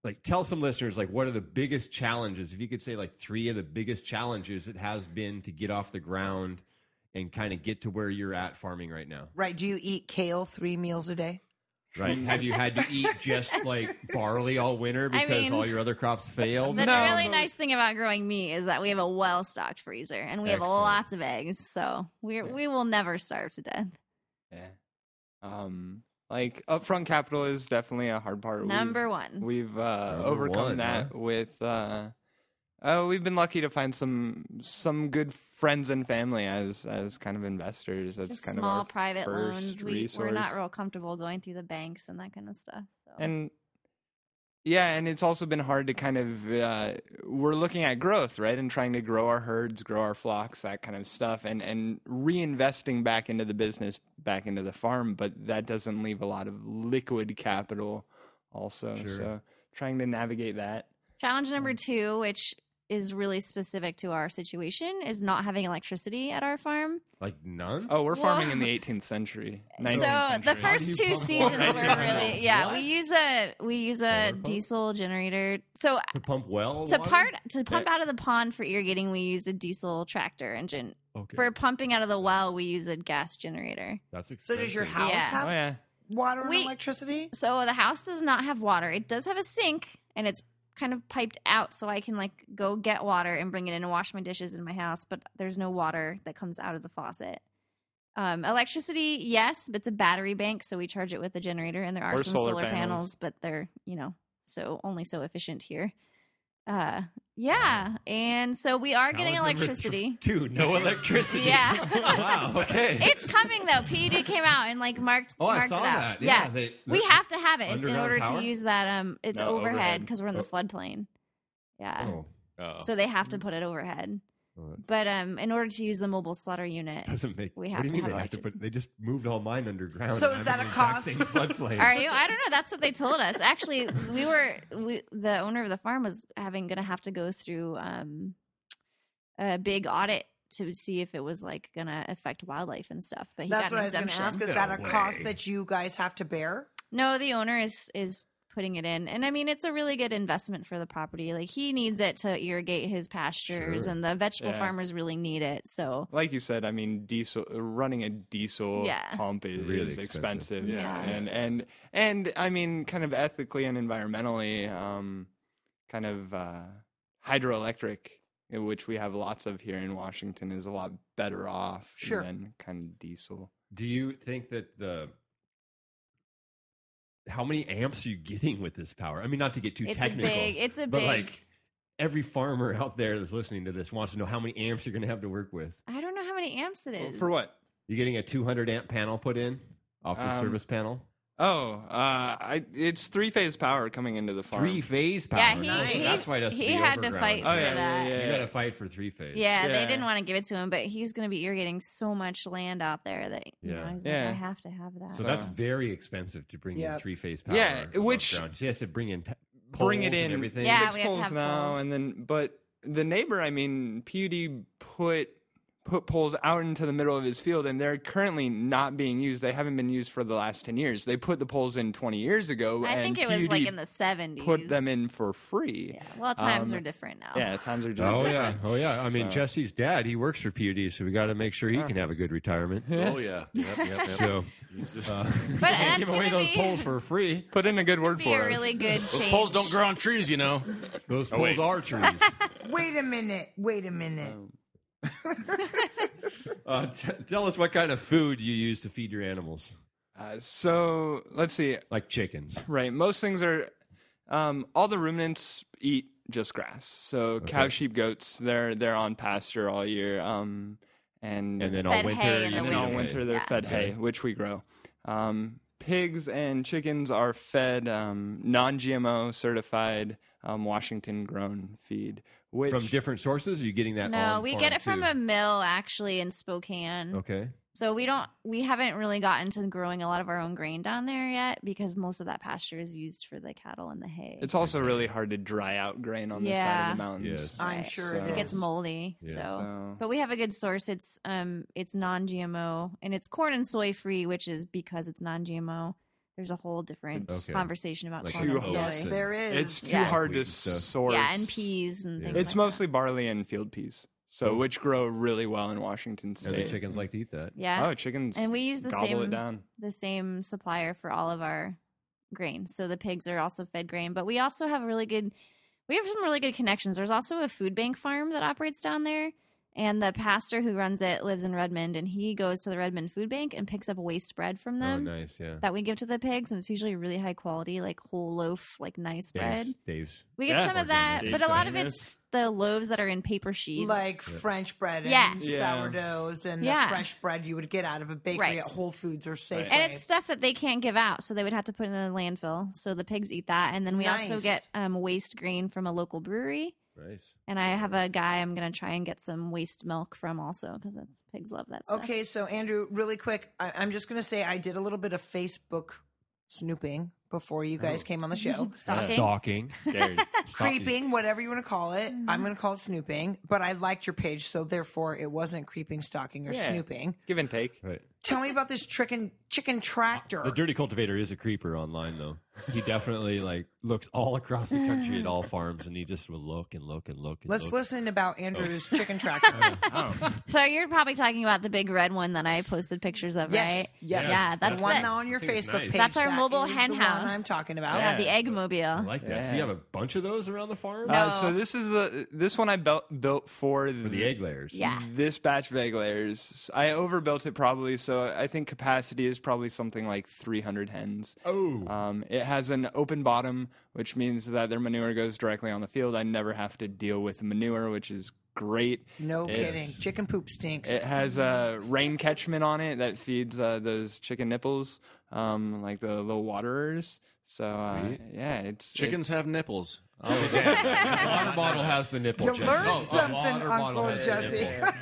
S1: like? Tell some listeners like what are the biggest challenges? If you could say like three of the biggest challenges it has been to get off the ground and kind of get to where you're at farming right now.
S2: Right. Do you eat kale three meals a day?
S1: Right? Have you had to eat just like barley all winter
S4: I
S1: because
S4: mean,
S1: all your other crops failed?
S4: The
S5: No,
S4: really
S5: but-
S4: nice thing about growing meat is that we have a well stocked freezer and we have
S1: Excellent.
S4: lots of eggs, so we are
S5: Yeah.
S4: we will never starve to death.
S5: Yeah. Um, like upfront capital is definitely a hard part. We've-
S4: Number one.
S5: We've uh,
S1: Number
S5: overcome
S1: one,
S5: that
S1: huh?
S5: with. Uh, uh, we've been lucky to find some some good friends and family as as kind of investors. That's
S4: Just
S5: kind
S4: small
S5: of our
S4: private
S5: first
S4: loans. We we're
S5: resource.
S4: not real comfortable going through the banks and that kind of stuff. So
S5: and yeah, and it's also been hard to kind of uh, we're looking at growth, right, and trying to grow our herds, grow our flocks, that kind of stuff, and and reinvesting back into the business, back into the farm, but that doesn't leave a lot of liquid capital, also.
S1: Sure.
S5: So trying to navigate that.
S4: challenge number
S5: Mm.
S4: two, which is really specific to our situation, is not having electricity at our farm.
S1: like none?
S5: Oh, we're
S4: Whoa.
S5: farming in the 18th century. 19th
S4: so the
S5: century.
S4: first
S1: do you
S4: two
S1: pump
S4: seasons
S1: water?
S4: were really yeah.
S1: What?
S4: We use a we use a
S1: Solar pump?
S4: diesel generator. So
S1: To pump well?
S4: to
S1: water?
S4: part to pump out of the pond for irrigating, we used a diesel tractor engine.
S1: Okay.
S4: For pumping out of the well, we use a gas generator.
S1: That's
S2: So
S1: expensive.
S2: does your house
S4: Yeah.
S5: Oh
S2: have
S5: yeah.
S2: water
S4: We-
S2: and electricity?
S4: So the house does not have water. It does have a sink, and it's kind of piped out, so I can like go get water and bring it in and wash my dishes in my house. But there's no water that comes out of the faucet. Um, electricity, yes, but it's a battery bank, so we charge it with a generator, and there are
S5: Or
S4: some
S5: solar
S4: solar, panels.
S5: panels.
S4: but they're you know so only so efficient here. Uh, yeah, and so we are
S1: House
S4: getting
S1: number
S4: electricity.
S1: th- Two, no electricity.
S4: Yeah.
S1: wow. Okay.
S4: It's coming though. PUD came out and like marked
S1: oh, I
S4: marked
S1: saw
S4: it out.
S1: that. Yeah. they-
S4: we
S1: they-
S4: have to have it in
S1: Underground
S4: order
S1: power?
S4: to use that. Um, it's
S3: No,
S4: overhead
S3: overhead.
S4: because we're in the
S1: Oh.
S4: floodplain. Yeah,
S1: Oh, Mm-hmm.
S3: Oh.
S4: so they have to put it overhead.
S1: oh, that
S4: But um, in order to use the mobile slaughter unit,
S1: doesn't make.
S4: We
S1: what
S4: have
S1: do
S4: to
S1: you mean
S4: have
S1: they have to
S4: electric-
S1: put? They just moved all mine underground.
S2: So
S1: and
S2: is
S1: I'm
S2: that
S1: in
S2: a
S1: the exact
S2: cost?
S1: Same floodplain.
S4: are you? I don't know. That's what they told us. Actually, we were we, the owner of the farm was having gonna have to go through um, a big audit to see if it was like gonna affect wildlife and stuff. But he
S2: That's
S4: got
S2: what
S4: an
S2: I was going to
S4: exemption.
S2: ask. Is
S1: No
S2: that a cost
S1: way.
S2: that you guys have to bear?
S4: No, the owner is is putting it in, and I mean it's a really good investment for the property. Like he needs it to irrigate his pastures,
S1: Sure.
S4: and the vegetable
S5: Yeah.
S4: farmers really need it. So
S5: Like you said, I mean, diesel running a diesel
S4: Yeah.
S5: pump is,
S1: Really
S5: is
S1: expensive.
S5: expensive.
S4: Yeah.
S5: and and and I mean, kind of ethically and environmentally, um, kind of uh, hydroelectric, uh, which we have lots of here in Washington, is a lot better off
S2: Sure.
S5: than kind of diesel.
S1: Do you think that the how many amps are you getting with this power? I mean, not to get too
S4: it's a
S1: technical,
S4: big, it's a
S1: but
S4: big.
S1: like every farmer out there that's listening to this wants to know how many amps you're going to have to work with.
S4: I don't know
S1: oh,
S4: how many amps it is
S5: For what?
S1: You getting a 200 amp panel put in off the
S5: Um,
S1: service panel?
S5: Oh, uh, I, it's three phase power coming into the farm.
S1: Three phase power.
S4: Yeah, he,
S1: Nice.
S4: he's-
S1: That's why it has to
S4: he
S1: be
S4: had to
S1: overground.
S4: fight
S5: Oh,
S4: for
S5: yeah, yeah,
S4: that.
S5: yeah.
S4: Yeah,
S1: You got to fight for three phase.
S4: they
S5: Yeah.
S4: didn't want to give it to him, but he's going to be irrigating so much land out there that you
S1: Yeah.
S4: know, he's
S5: Yeah.
S4: like, I have to have that.
S1: So that's
S5: So-
S1: very expensive to bring in
S2: Yep.
S1: three phase power.
S5: Yeah,
S1: above
S5: which-
S1: ground. She has to bring in t-
S5: Bring it
S1: poles
S5: in.
S1: and everything.
S4: Yeah,
S5: six
S4: we have to
S5: poles
S4: have
S5: now
S4: poles.
S5: and then but the neighbor i mean pud put put poles out into the middle of his field and they're currently not being used they haven't been used for the last 10 years they put the poles in 20 years ago
S4: I
S5: and
S4: think it was
S5: PUD
S4: like in the 70s.
S5: put them in for free
S4: Yeah. Well, times
S5: Um,
S4: are different now.
S5: yeah times are just
S1: Oh yeah, oh yeah. I mean,
S5: So-
S1: Jesse's dad, he works for PUD, so we got to make sure he can have a good retirement.
S3: Oh yeah. Yep, yep, yep.
S1: So,
S3: Jesus.
S1: uh,
S4: But that's
S1: give away
S4: gonna
S1: those
S4: be-
S1: poles for free.
S5: put in a good word
S4: be
S5: for
S4: a
S5: us
S4: really good change.
S3: Those poles don't grow on trees, you know.
S1: Those
S3: wait.
S1: poles are trees.
S2: Wait a minute. Wait a minute.
S1: Uh, t- tell us what kind of food you use to feed your animals,
S5: uh, so let's see
S1: like chickens.
S5: Right. Most things are. Um, all the ruminants eat just grass. So cow, sheep, goats. They're they're on pasture all year. Um, and
S1: And then all
S4: Fed
S1: winter,
S4: hay
S1: you
S4: in the
S5: and
S1: feed
S5: then all
S1: them.
S5: winter they're
S4: Yeah.
S5: fed hay, which we grow. Um, pigs and chickens are fed um, non-GMO certified um, Washington grown feed. Which
S1: from different sources. Are you getting that?
S4: No,
S1: on
S4: we
S1: farm,
S4: get it from
S1: too? Oh.
S4: a mill actually in Spokane.
S1: Okay.
S4: So we don't we haven't really gotten to growing a lot of our own grain down there yet because most of that pasture is used for the cattle and the hay.
S5: it's also really hard to dry out grain on this side
S4: Yeah.
S5: of the mountains.
S1: Yes.
S2: I'm sure
S5: So-
S2: it is.
S4: it gets moldy.
S1: Yeah.
S4: So.
S5: So-
S4: but we have a good source. It's um it's non-GMO and it's corn and soy free, which is because it's non-GMO. There's a whole different
S1: Okay.
S4: conversation about
S1: Like
S4: corn and
S5: two
S4: soy.
S2: Yes,
S1: oats.
S2: there is.
S5: It's too
S4: Yeah.
S5: hard to
S1: Wheat and stuff.
S5: source.
S4: Yeah, and peas and
S1: Yeah.
S4: things.
S5: It's
S4: like
S5: mostly barley and field peas, so
S1: Oh.
S5: which grow really well in Washington
S1: And the
S5: State.
S1: chickens like to eat that.
S4: that. yeah,
S5: Oh, chickens!
S4: and we use the
S5: gobble
S4: same
S5: it down.
S4: the same supplier for all of our grain. So the pigs are also fed grain, but we also have really good we have some really good connections. There's also a food bank farm that operates down there and the pastor who runs it lives in Redmond and he goes to the Redmond food bank and picks up waste bread from
S1: Oh,
S4: them
S1: nice. Yeah.
S4: that we give to the pigs and it's usually really high quality like whole loaf like nice bread.
S1: Dave's. Dave's.
S4: We get
S5: Yeah.
S4: some of that,
S1: Organic.
S4: but a lot of
S5: Yes.
S4: it's the loaves that are in paper sheets.
S2: like
S1: Yeah.
S2: French bread and
S4: Yeah.
S5: Yeah.
S2: sourdoughs and
S4: Yeah.
S2: the fresh bread you would get out of a bakery
S4: Right.
S2: at Whole Foods or Safeway.
S4: and it's stuff that they can't give out, so they would have to put it in the landfill. So the pigs eat that, and then we also
S2: Nice.
S4: get um, waste grain from a local brewery.
S1: Nice.
S4: And I have a guy I'm gonna try and get some waste milk from also because that's pigs love that stuff.
S2: okay, so Andrew, really quick, I, I'm just going to say I did a little bit of Facebook snooping before you guys came on the show.
S4: Stocking.
S1: Stalking.
S3: Scared.
S2: creeping, whatever you want to call it.
S4: Mm-hmm.
S2: I'm going to call it snooping, but I liked your page, so therefore it wasn't creeping, stalking, or
S5: Yeah.
S2: snooping.
S5: Give and take.
S1: Right.
S2: Tell me about this chicken chicken tractor.
S1: The dirty cultivator is a creeper online though. He definitely like looks all across the country at all farms, and he just will look and look and look. And
S2: Let's
S1: look.
S2: listen about Andrew's chicken tractor.
S4: So you're probably talking about the big red one that I posted pictures of, right?
S2: Yes, yes.
S4: Yeah, that's
S2: the one
S4: the-
S2: on your
S1: I think it's
S2: Facebook
S1: nice.
S2: page.
S4: That's our
S2: That
S4: mobile
S2: is the
S4: hen
S2: one
S4: house.
S2: I'm talking about.
S4: Yeah, uh, the
S5: Yeah.
S4: egg
S1: I
S4: mobile.
S1: like that. So you have a bunch of those around the farm.
S5: Uh,
S4: No.
S5: so this is the this one I built built for,
S1: For the egg layers.
S4: Yeah.
S5: This batch of egg layers, I overbuilt it probably, so I think capacity is probably something like 300 hens.
S1: Oh.
S5: Um, it has an open bottom, which means that their manure goes directly on the field. I never have to deal with manure, which is great.
S2: No
S5: It's-
S2: kidding. Chicken poop stinks.
S5: It has a rain catchment on it that feeds uh, those chicken nipples, um, like the little waterers. So uh, yeah, it's
S3: Chickens have nipples.
S1: water bottle has the nipple.
S2: you
S1: Jesse.
S2: learned
S1: Oh, a
S2: something,
S1: water bottle
S2: Uncle
S1: has the
S2: Jesse.
S1: nipple.
S5: it-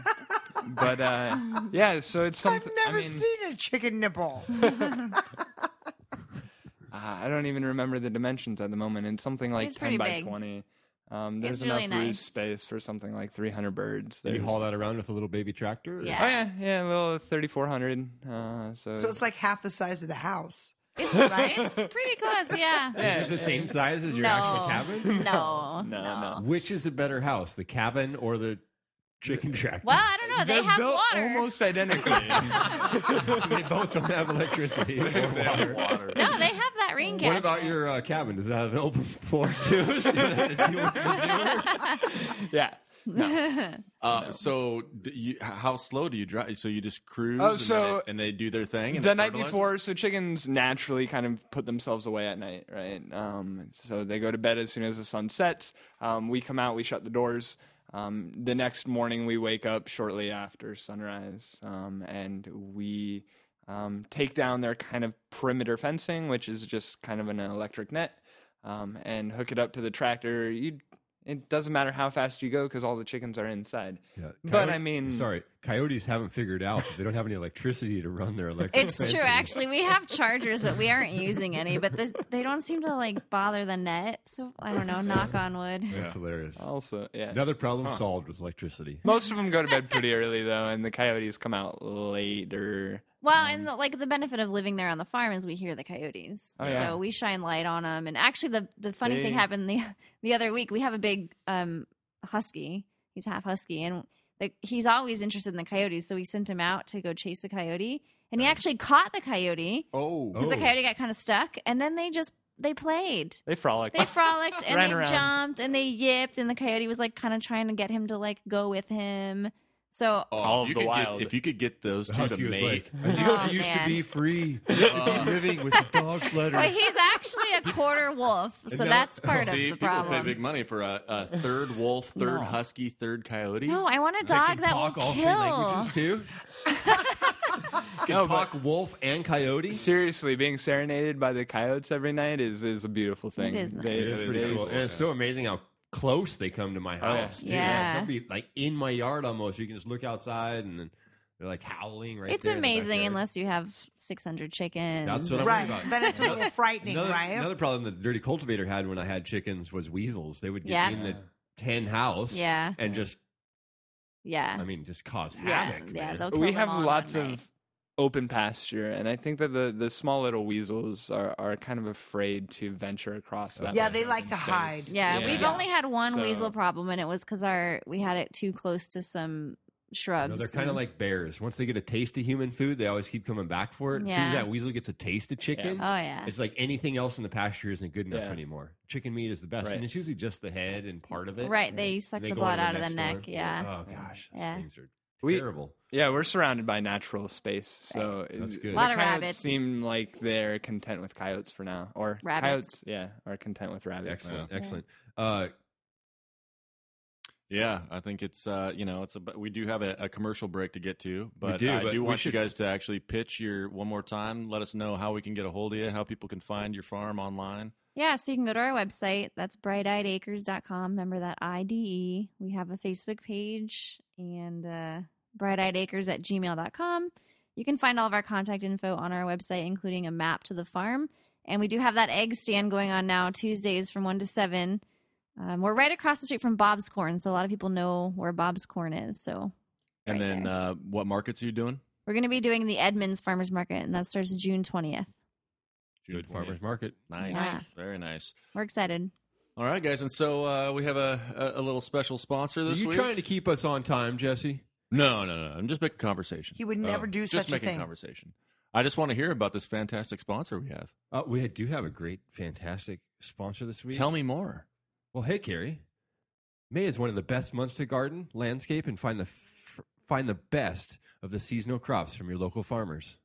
S5: but uh, yeah, so it's
S2: I've
S5: something.
S2: never
S5: I mean,
S2: seen a chicken nipple.
S5: uh, I don't even remember the dimensions at the moment. It's something like
S4: It's pretty
S5: ten by
S4: big.
S5: twenty. Um, there's
S4: It's
S5: enough
S4: really
S5: roof
S4: nice.
S5: space for something like 300 birds.
S1: You
S5: There's-
S1: haul that around with a little baby tractor. or-
S4: Yeah.
S5: Oh yeah, yeah, a little 3400. Uh, so,
S2: so it's like half the size of the house.
S4: It's, it's pretty close. Yeah.
S1: Is it the same size as your
S4: no.
S1: actual cabin?
S4: No.
S5: No, no.
S1: Which is the better house, the cabin or the chicken tractor?
S4: Well, I don't know. They
S5: They're
S4: have
S5: built
S4: water.
S5: almost identically.
S1: they both don't have electricity. or water.
S3: Water.
S4: No, they have that rain catch.
S1: What about your uh, cabin? Does it have an open floor too? So you don't have to deal with the manure?
S5: yeah.
S3: Uh, So, d you, h- how slow do you drive? So you just cruise,
S5: Oh,
S3: and, then
S5: so
S3: it- and they do their thing. And
S5: the
S3: it
S5: night
S3: fertilizes?
S5: before, so chickens naturally kind of put themselves away at night, right? Um, so they go to bed as soon as the sun sets. Um, we come out, we shut the doors. Um, the next morning, we wake up shortly after sunrise, um, and we um, take down their kind of perimeter fencing, which is just kind of an electric net, um, and hook it up to the tractor. You, it doesn't matter how fast you go because all the chickens are inside.
S1: Yeah.
S5: But I mean-
S1: sorry, coyotes haven't figured out that they don't have any electricity to run their electric.
S4: It's true,
S1: fences.
S4: actually. We have chargers, but we aren't using any. But this, they don't seem to like bother the net. So I don't know. Knock on wood.
S1: That's hilarious.
S5: Also, yeah.
S1: Another problem solved with electricity.
S5: Most of them go to bed pretty early though, and the coyotes come out later.
S4: Well, and the, like the benefit of living there on the farm is we hear the coyotes,
S5: Oh, yeah.
S4: so we shine light on them. And actually, the the funny thing
S5: They-
S4: happened the the other week. We have a big um husky. He's half husky, and the, he's always interested in the coyotes. So we sent him out to go chase a coyote, and he actually caught the coyote
S5: Oh,
S4: because the
S1: Oh.
S4: coyote got kind of stuck. And then they just they played.
S5: they frolic.
S4: They frolicked and
S5: Ran
S4: they
S5: around.
S4: jumped and they yipped and the coyote was like kind of trying to get him to like go with him. So
S5: All
S3: Oh, if
S5: of
S3: you
S5: the
S3: could
S5: wild.
S3: Get, if you could get those
S1: The
S3: two to
S1: husky was
S3: mate,
S1: like, I
S4: Oh,
S1: used to
S4: man.
S1: be free, I used to be living with the dog's letters.
S4: But he's actually a quarter wolf, so
S1: Oh. No.
S4: that's part
S3: see,
S4: of the
S3: people pay
S4: problem.
S3: big money for a, a third wolf, third
S4: No.
S3: husky, third coyote.
S4: no, Oh, I want a
S1: They can
S4: dog that
S1: talk all
S4: will
S1: three
S4: kill.
S1: languages too. can
S5: No, but-
S1: talk wolf and coyote.
S5: Seriously, being serenaded by the coyotes every night is is a beautiful thing.
S4: is nice.
S5: They-
S1: It is
S5: they-
S1: pretty cool. And it's so amazing how close they come to my
S5: Oh, yeah.
S1: house. too.
S4: Yeah.
S1: They'll be like in my yard almost. You can just look outside and then they're like howling right
S4: It's
S1: there in the
S4: amazing
S1: backyard.
S4: unless you have 600 chickens.
S1: That's what I'm
S2: Right.
S1: about.
S2: Then it's a little frightening,
S1: Another,
S2: right?
S1: another problem that the dirty cultivator had when I had chickens was weasels. They would get
S4: Yeah.
S1: in the hen house
S4: Yeah.
S1: and just,
S4: yeah.
S1: I mean, just cause
S4: yeah.
S1: havoc.
S4: yeah.
S1: man.
S4: they'll kill
S5: we
S4: them
S5: have
S4: all in
S5: lots
S4: one night.
S5: of open pasture, and I think that the, the small little weasels are, are kind of afraid to venture across that.
S2: Yeah, they
S5: open
S2: like to
S5: space.
S2: hide.
S4: Yeah, we've
S5: Yeah.
S4: only had one
S5: So-
S4: weasel problem, and it was because our we had it too close to some shrubs.
S1: No, they're kind of
S4: and-
S1: like bears. Once they get a taste of human food, they always keep coming back for it. As soon as
S4: Yeah.
S1: that weasel gets a taste of chicken,
S4: oh yeah,
S1: it's like anything else in the pasture isn't good enough
S5: Yeah.
S1: anymore. Chicken meat is the best,
S5: Right.
S1: and it's usually just the head and part of it.
S4: right. They suck
S1: They
S4: the
S1: go on
S4: blood
S1: to
S4: out of the
S1: next
S4: neck.
S1: one.
S4: Yeah,
S1: Oh gosh,
S4: Yeah.
S1: those things are
S5: We-
S1: terrible.
S5: Yeah, we're surrounded by natural space, so it-
S1: That's good.
S5: the
S4: Lot of
S5: coyotes
S4: rabbits.
S5: seem like they're content with coyotes for now, or
S4: Rabbits.
S5: coyotes, yeah, are content with rabbits.
S1: Excellent, excellent. Uh,
S3: Yeah, I think it's uh, you know, it's a we do have a, a commercial break to get to, but
S1: do,
S3: I
S1: but
S3: do
S1: we
S3: want
S1: should-
S3: you guys to actually pitch your one more time. Let us know how we can get a hold of you, how people can find your farm online.
S4: Yeah, so you can go to our website. That's brighteyedacres.com. Remember that IDE. We have a Facebook page and uh, brighteyedacres at gmail.com. You can find all of our contact info on our website, including a map to the farm. And we do have that egg stand going on now, Tuesdays from 1 to 7. Um, we're right across the street from Bob's Corn, so a lot of people know where Bob's Corn is. So
S3: And
S4: Right
S3: then
S4: there.
S3: uh, what markets are you doing?
S4: we're going to be doing the Edmonds Farmers Market, and that starts June 20th.
S3: June
S1: good
S3: 20th.
S1: farmers market.
S3: Nice.
S4: Nice.
S3: Very nice.
S4: We're excited.
S3: All right, guys. And so uh, we have a, a, a little special sponsor
S1: Are
S3: this
S1: you
S3: week.
S1: trying to keep us on time, Jesse?
S3: No, no, no. I'm just making conversation. Oh,
S2: He would never do
S3: just
S2: such a
S3: making
S2: thing.
S3: conversation. I just want to hear about this fantastic sponsor we have.
S1: Uh, we do have a great, fantastic sponsor this week.
S3: Tell me more.
S1: Well, hey, Carrie. May is one of the best months to garden, landscape, and find the f- find the best of the seasonal crops from your local farmers.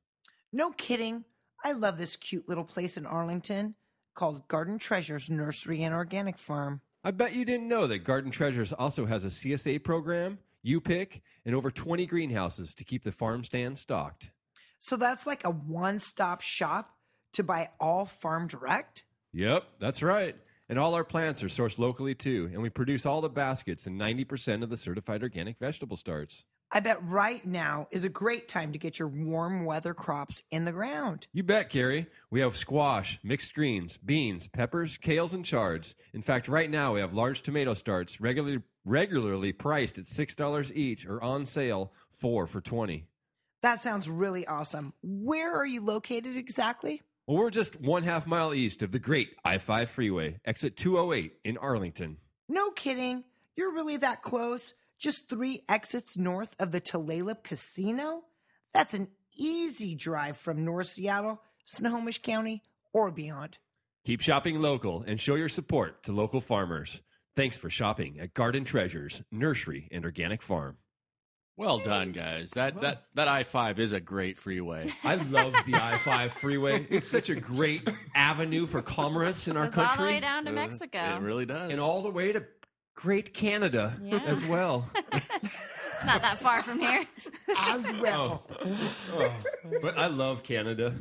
S2: No kidding. I love this cute little place in Arlington called Garden Treasures Nursery and Organic Farm.
S1: I bet you didn't know that Garden Treasures also has a CSA program, you pick, and over 20 greenhouses to keep the farm stand stocked.
S2: So that's like a one stop shop to buy all farm direct.
S1: Yep, that's right. And all our plants are sourced locally too, and we produce all the baskets and 90% of the certified organic vegetable starts.
S2: I bet right now is a great time to get your warm weather crops in the ground.
S1: You bet, Carrie. We have squash, mixed greens, beans, peppers, kales, and chards. In fact, right now we have large tomato starts regularly regularly priced at six dollars each or on sale four for twenty.
S2: That sounds really awesome. Where are you located exactly?
S1: Well, we're just one half mile east of the great I five freeway, exit two oh eight in Arlington.
S2: No kidding. You're really that close. Just three exits north of the Tulalip Casino? That's an easy drive from North Seattle, Snohomish County, or beyond.
S1: Keep shopping local and show your support to local farmers. Thanks for shopping at Garden Treasures, Nursery, and Organic Farm.
S3: Well done, guys. That that that I five is a great freeway.
S1: I love the I 5 freeway. It's such a great avenue for commerce in our
S4: It's all
S1: country.
S4: the way down to
S3: Uh,
S4: Mexico.
S3: It really does.
S1: and all the way to great Canada
S4: Yeah.
S1: as well.
S4: It's not that far from here.
S2: as well.
S1: Oh. But I love Canada.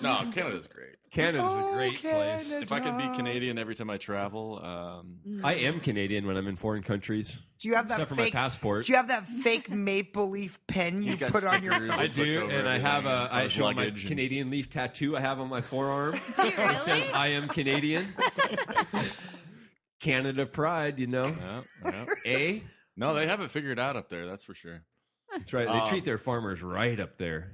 S3: No, Canada's great.
S1: Canada's a great place.
S3: If I could be Canadian every time I travel, um,
S1: I am Canadian when I'm in foreign countries.
S2: Do you have that
S1: Except for my
S2: fake
S1: passport.
S2: Do you have that fake maple leaf pen you
S3: he's got
S2: put on your?
S3: stickers.
S1: I
S3: he puts
S1: do,
S3: over
S1: and I
S3: everything
S1: have a
S3: on
S1: I
S3: his
S1: show my
S3: luggage and-
S1: Canadian leaf tattoo I have on my forearm.
S4: Do you
S1: It says
S4: really?
S1: I am Canadian. Canada pride, you know.
S3: Yeah, yeah.
S1: Eh?
S3: No, they have it figured out up there. That's for sure.
S1: That's right. They
S3: Um,
S1: treat their farmers right up there.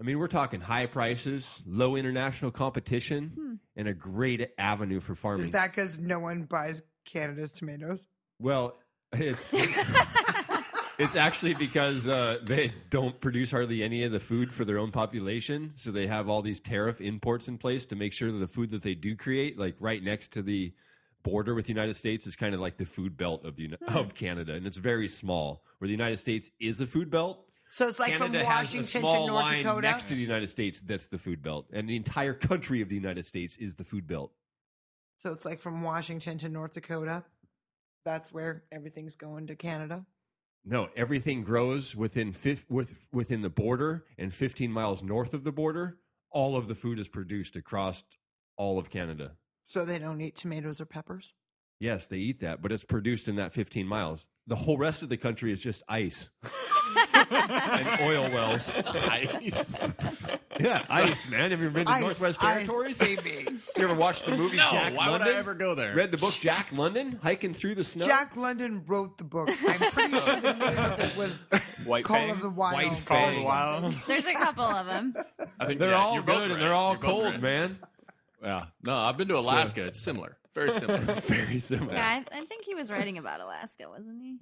S1: I mean, we're talking high prices, low international competition, and a great avenue for farming.
S2: Is that because no one buys Canada's tomatoes?
S1: well, it's it's actually because uh, they don't produce hardly any of the food for their own population, so they have all these tariff imports in place to make sure that the food that they do create, like right next to the border with the United States, is kind of like the food belt of the Uni-
S2: Hmm.
S1: of Canada, and it's very small. Where the United States is a food belt,
S2: So it's like
S1: Canada
S2: from
S1: has
S2: Washington
S1: a small
S2: to North
S1: line
S2: Dakota.
S1: next to the United States. That's the food belt, and the entire country of the United States is the food belt.
S2: so it's like from Washington to North Dakota. That's where everything's going to Canada.
S1: No, everything grows within fif- with, within the border and 15 miles north of the border. All of the food is produced across all of Canada.
S2: So they don't eat tomatoes or peppers.
S1: Yes, they eat that, but it's produced in that 15 miles. The whole rest of the country is just ice and oil wells.
S3: Ice.
S1: Yeah, ice, man. Have you ever been to
S2: Ice,
S1: Northwest
S2: ice,
S1: Territories?
S2: baby.
S1: You ever watched the movie
S3: no,
S1: Jack
S3: why
S1: London?
S3: would I ever go there?
S1: Read the book Jack London, hiking through the snow.
S2: Jack London wrote the book. I'm pretty sure the name of it was
S5: White
S2: Call
S5: Fang?
S2: of the Wild.
S1: White
S2: or
S1: Fang.
S2: something.
S5: Wow.
S4: There's a couple of them.
S3: I think
S1: They're
S3: yeah,
S1: all
S3: you're both
S1: good
S3: right.
S1: and they're all
S3: You're both
S1: cold,
S3: right.
S1: man.
S3: Yeah. No, I've been to Alaska. It's similar. Very similar.
S1: Very similar.
S4: Yeah, I, I think he was writing about Alaska, wasn't he?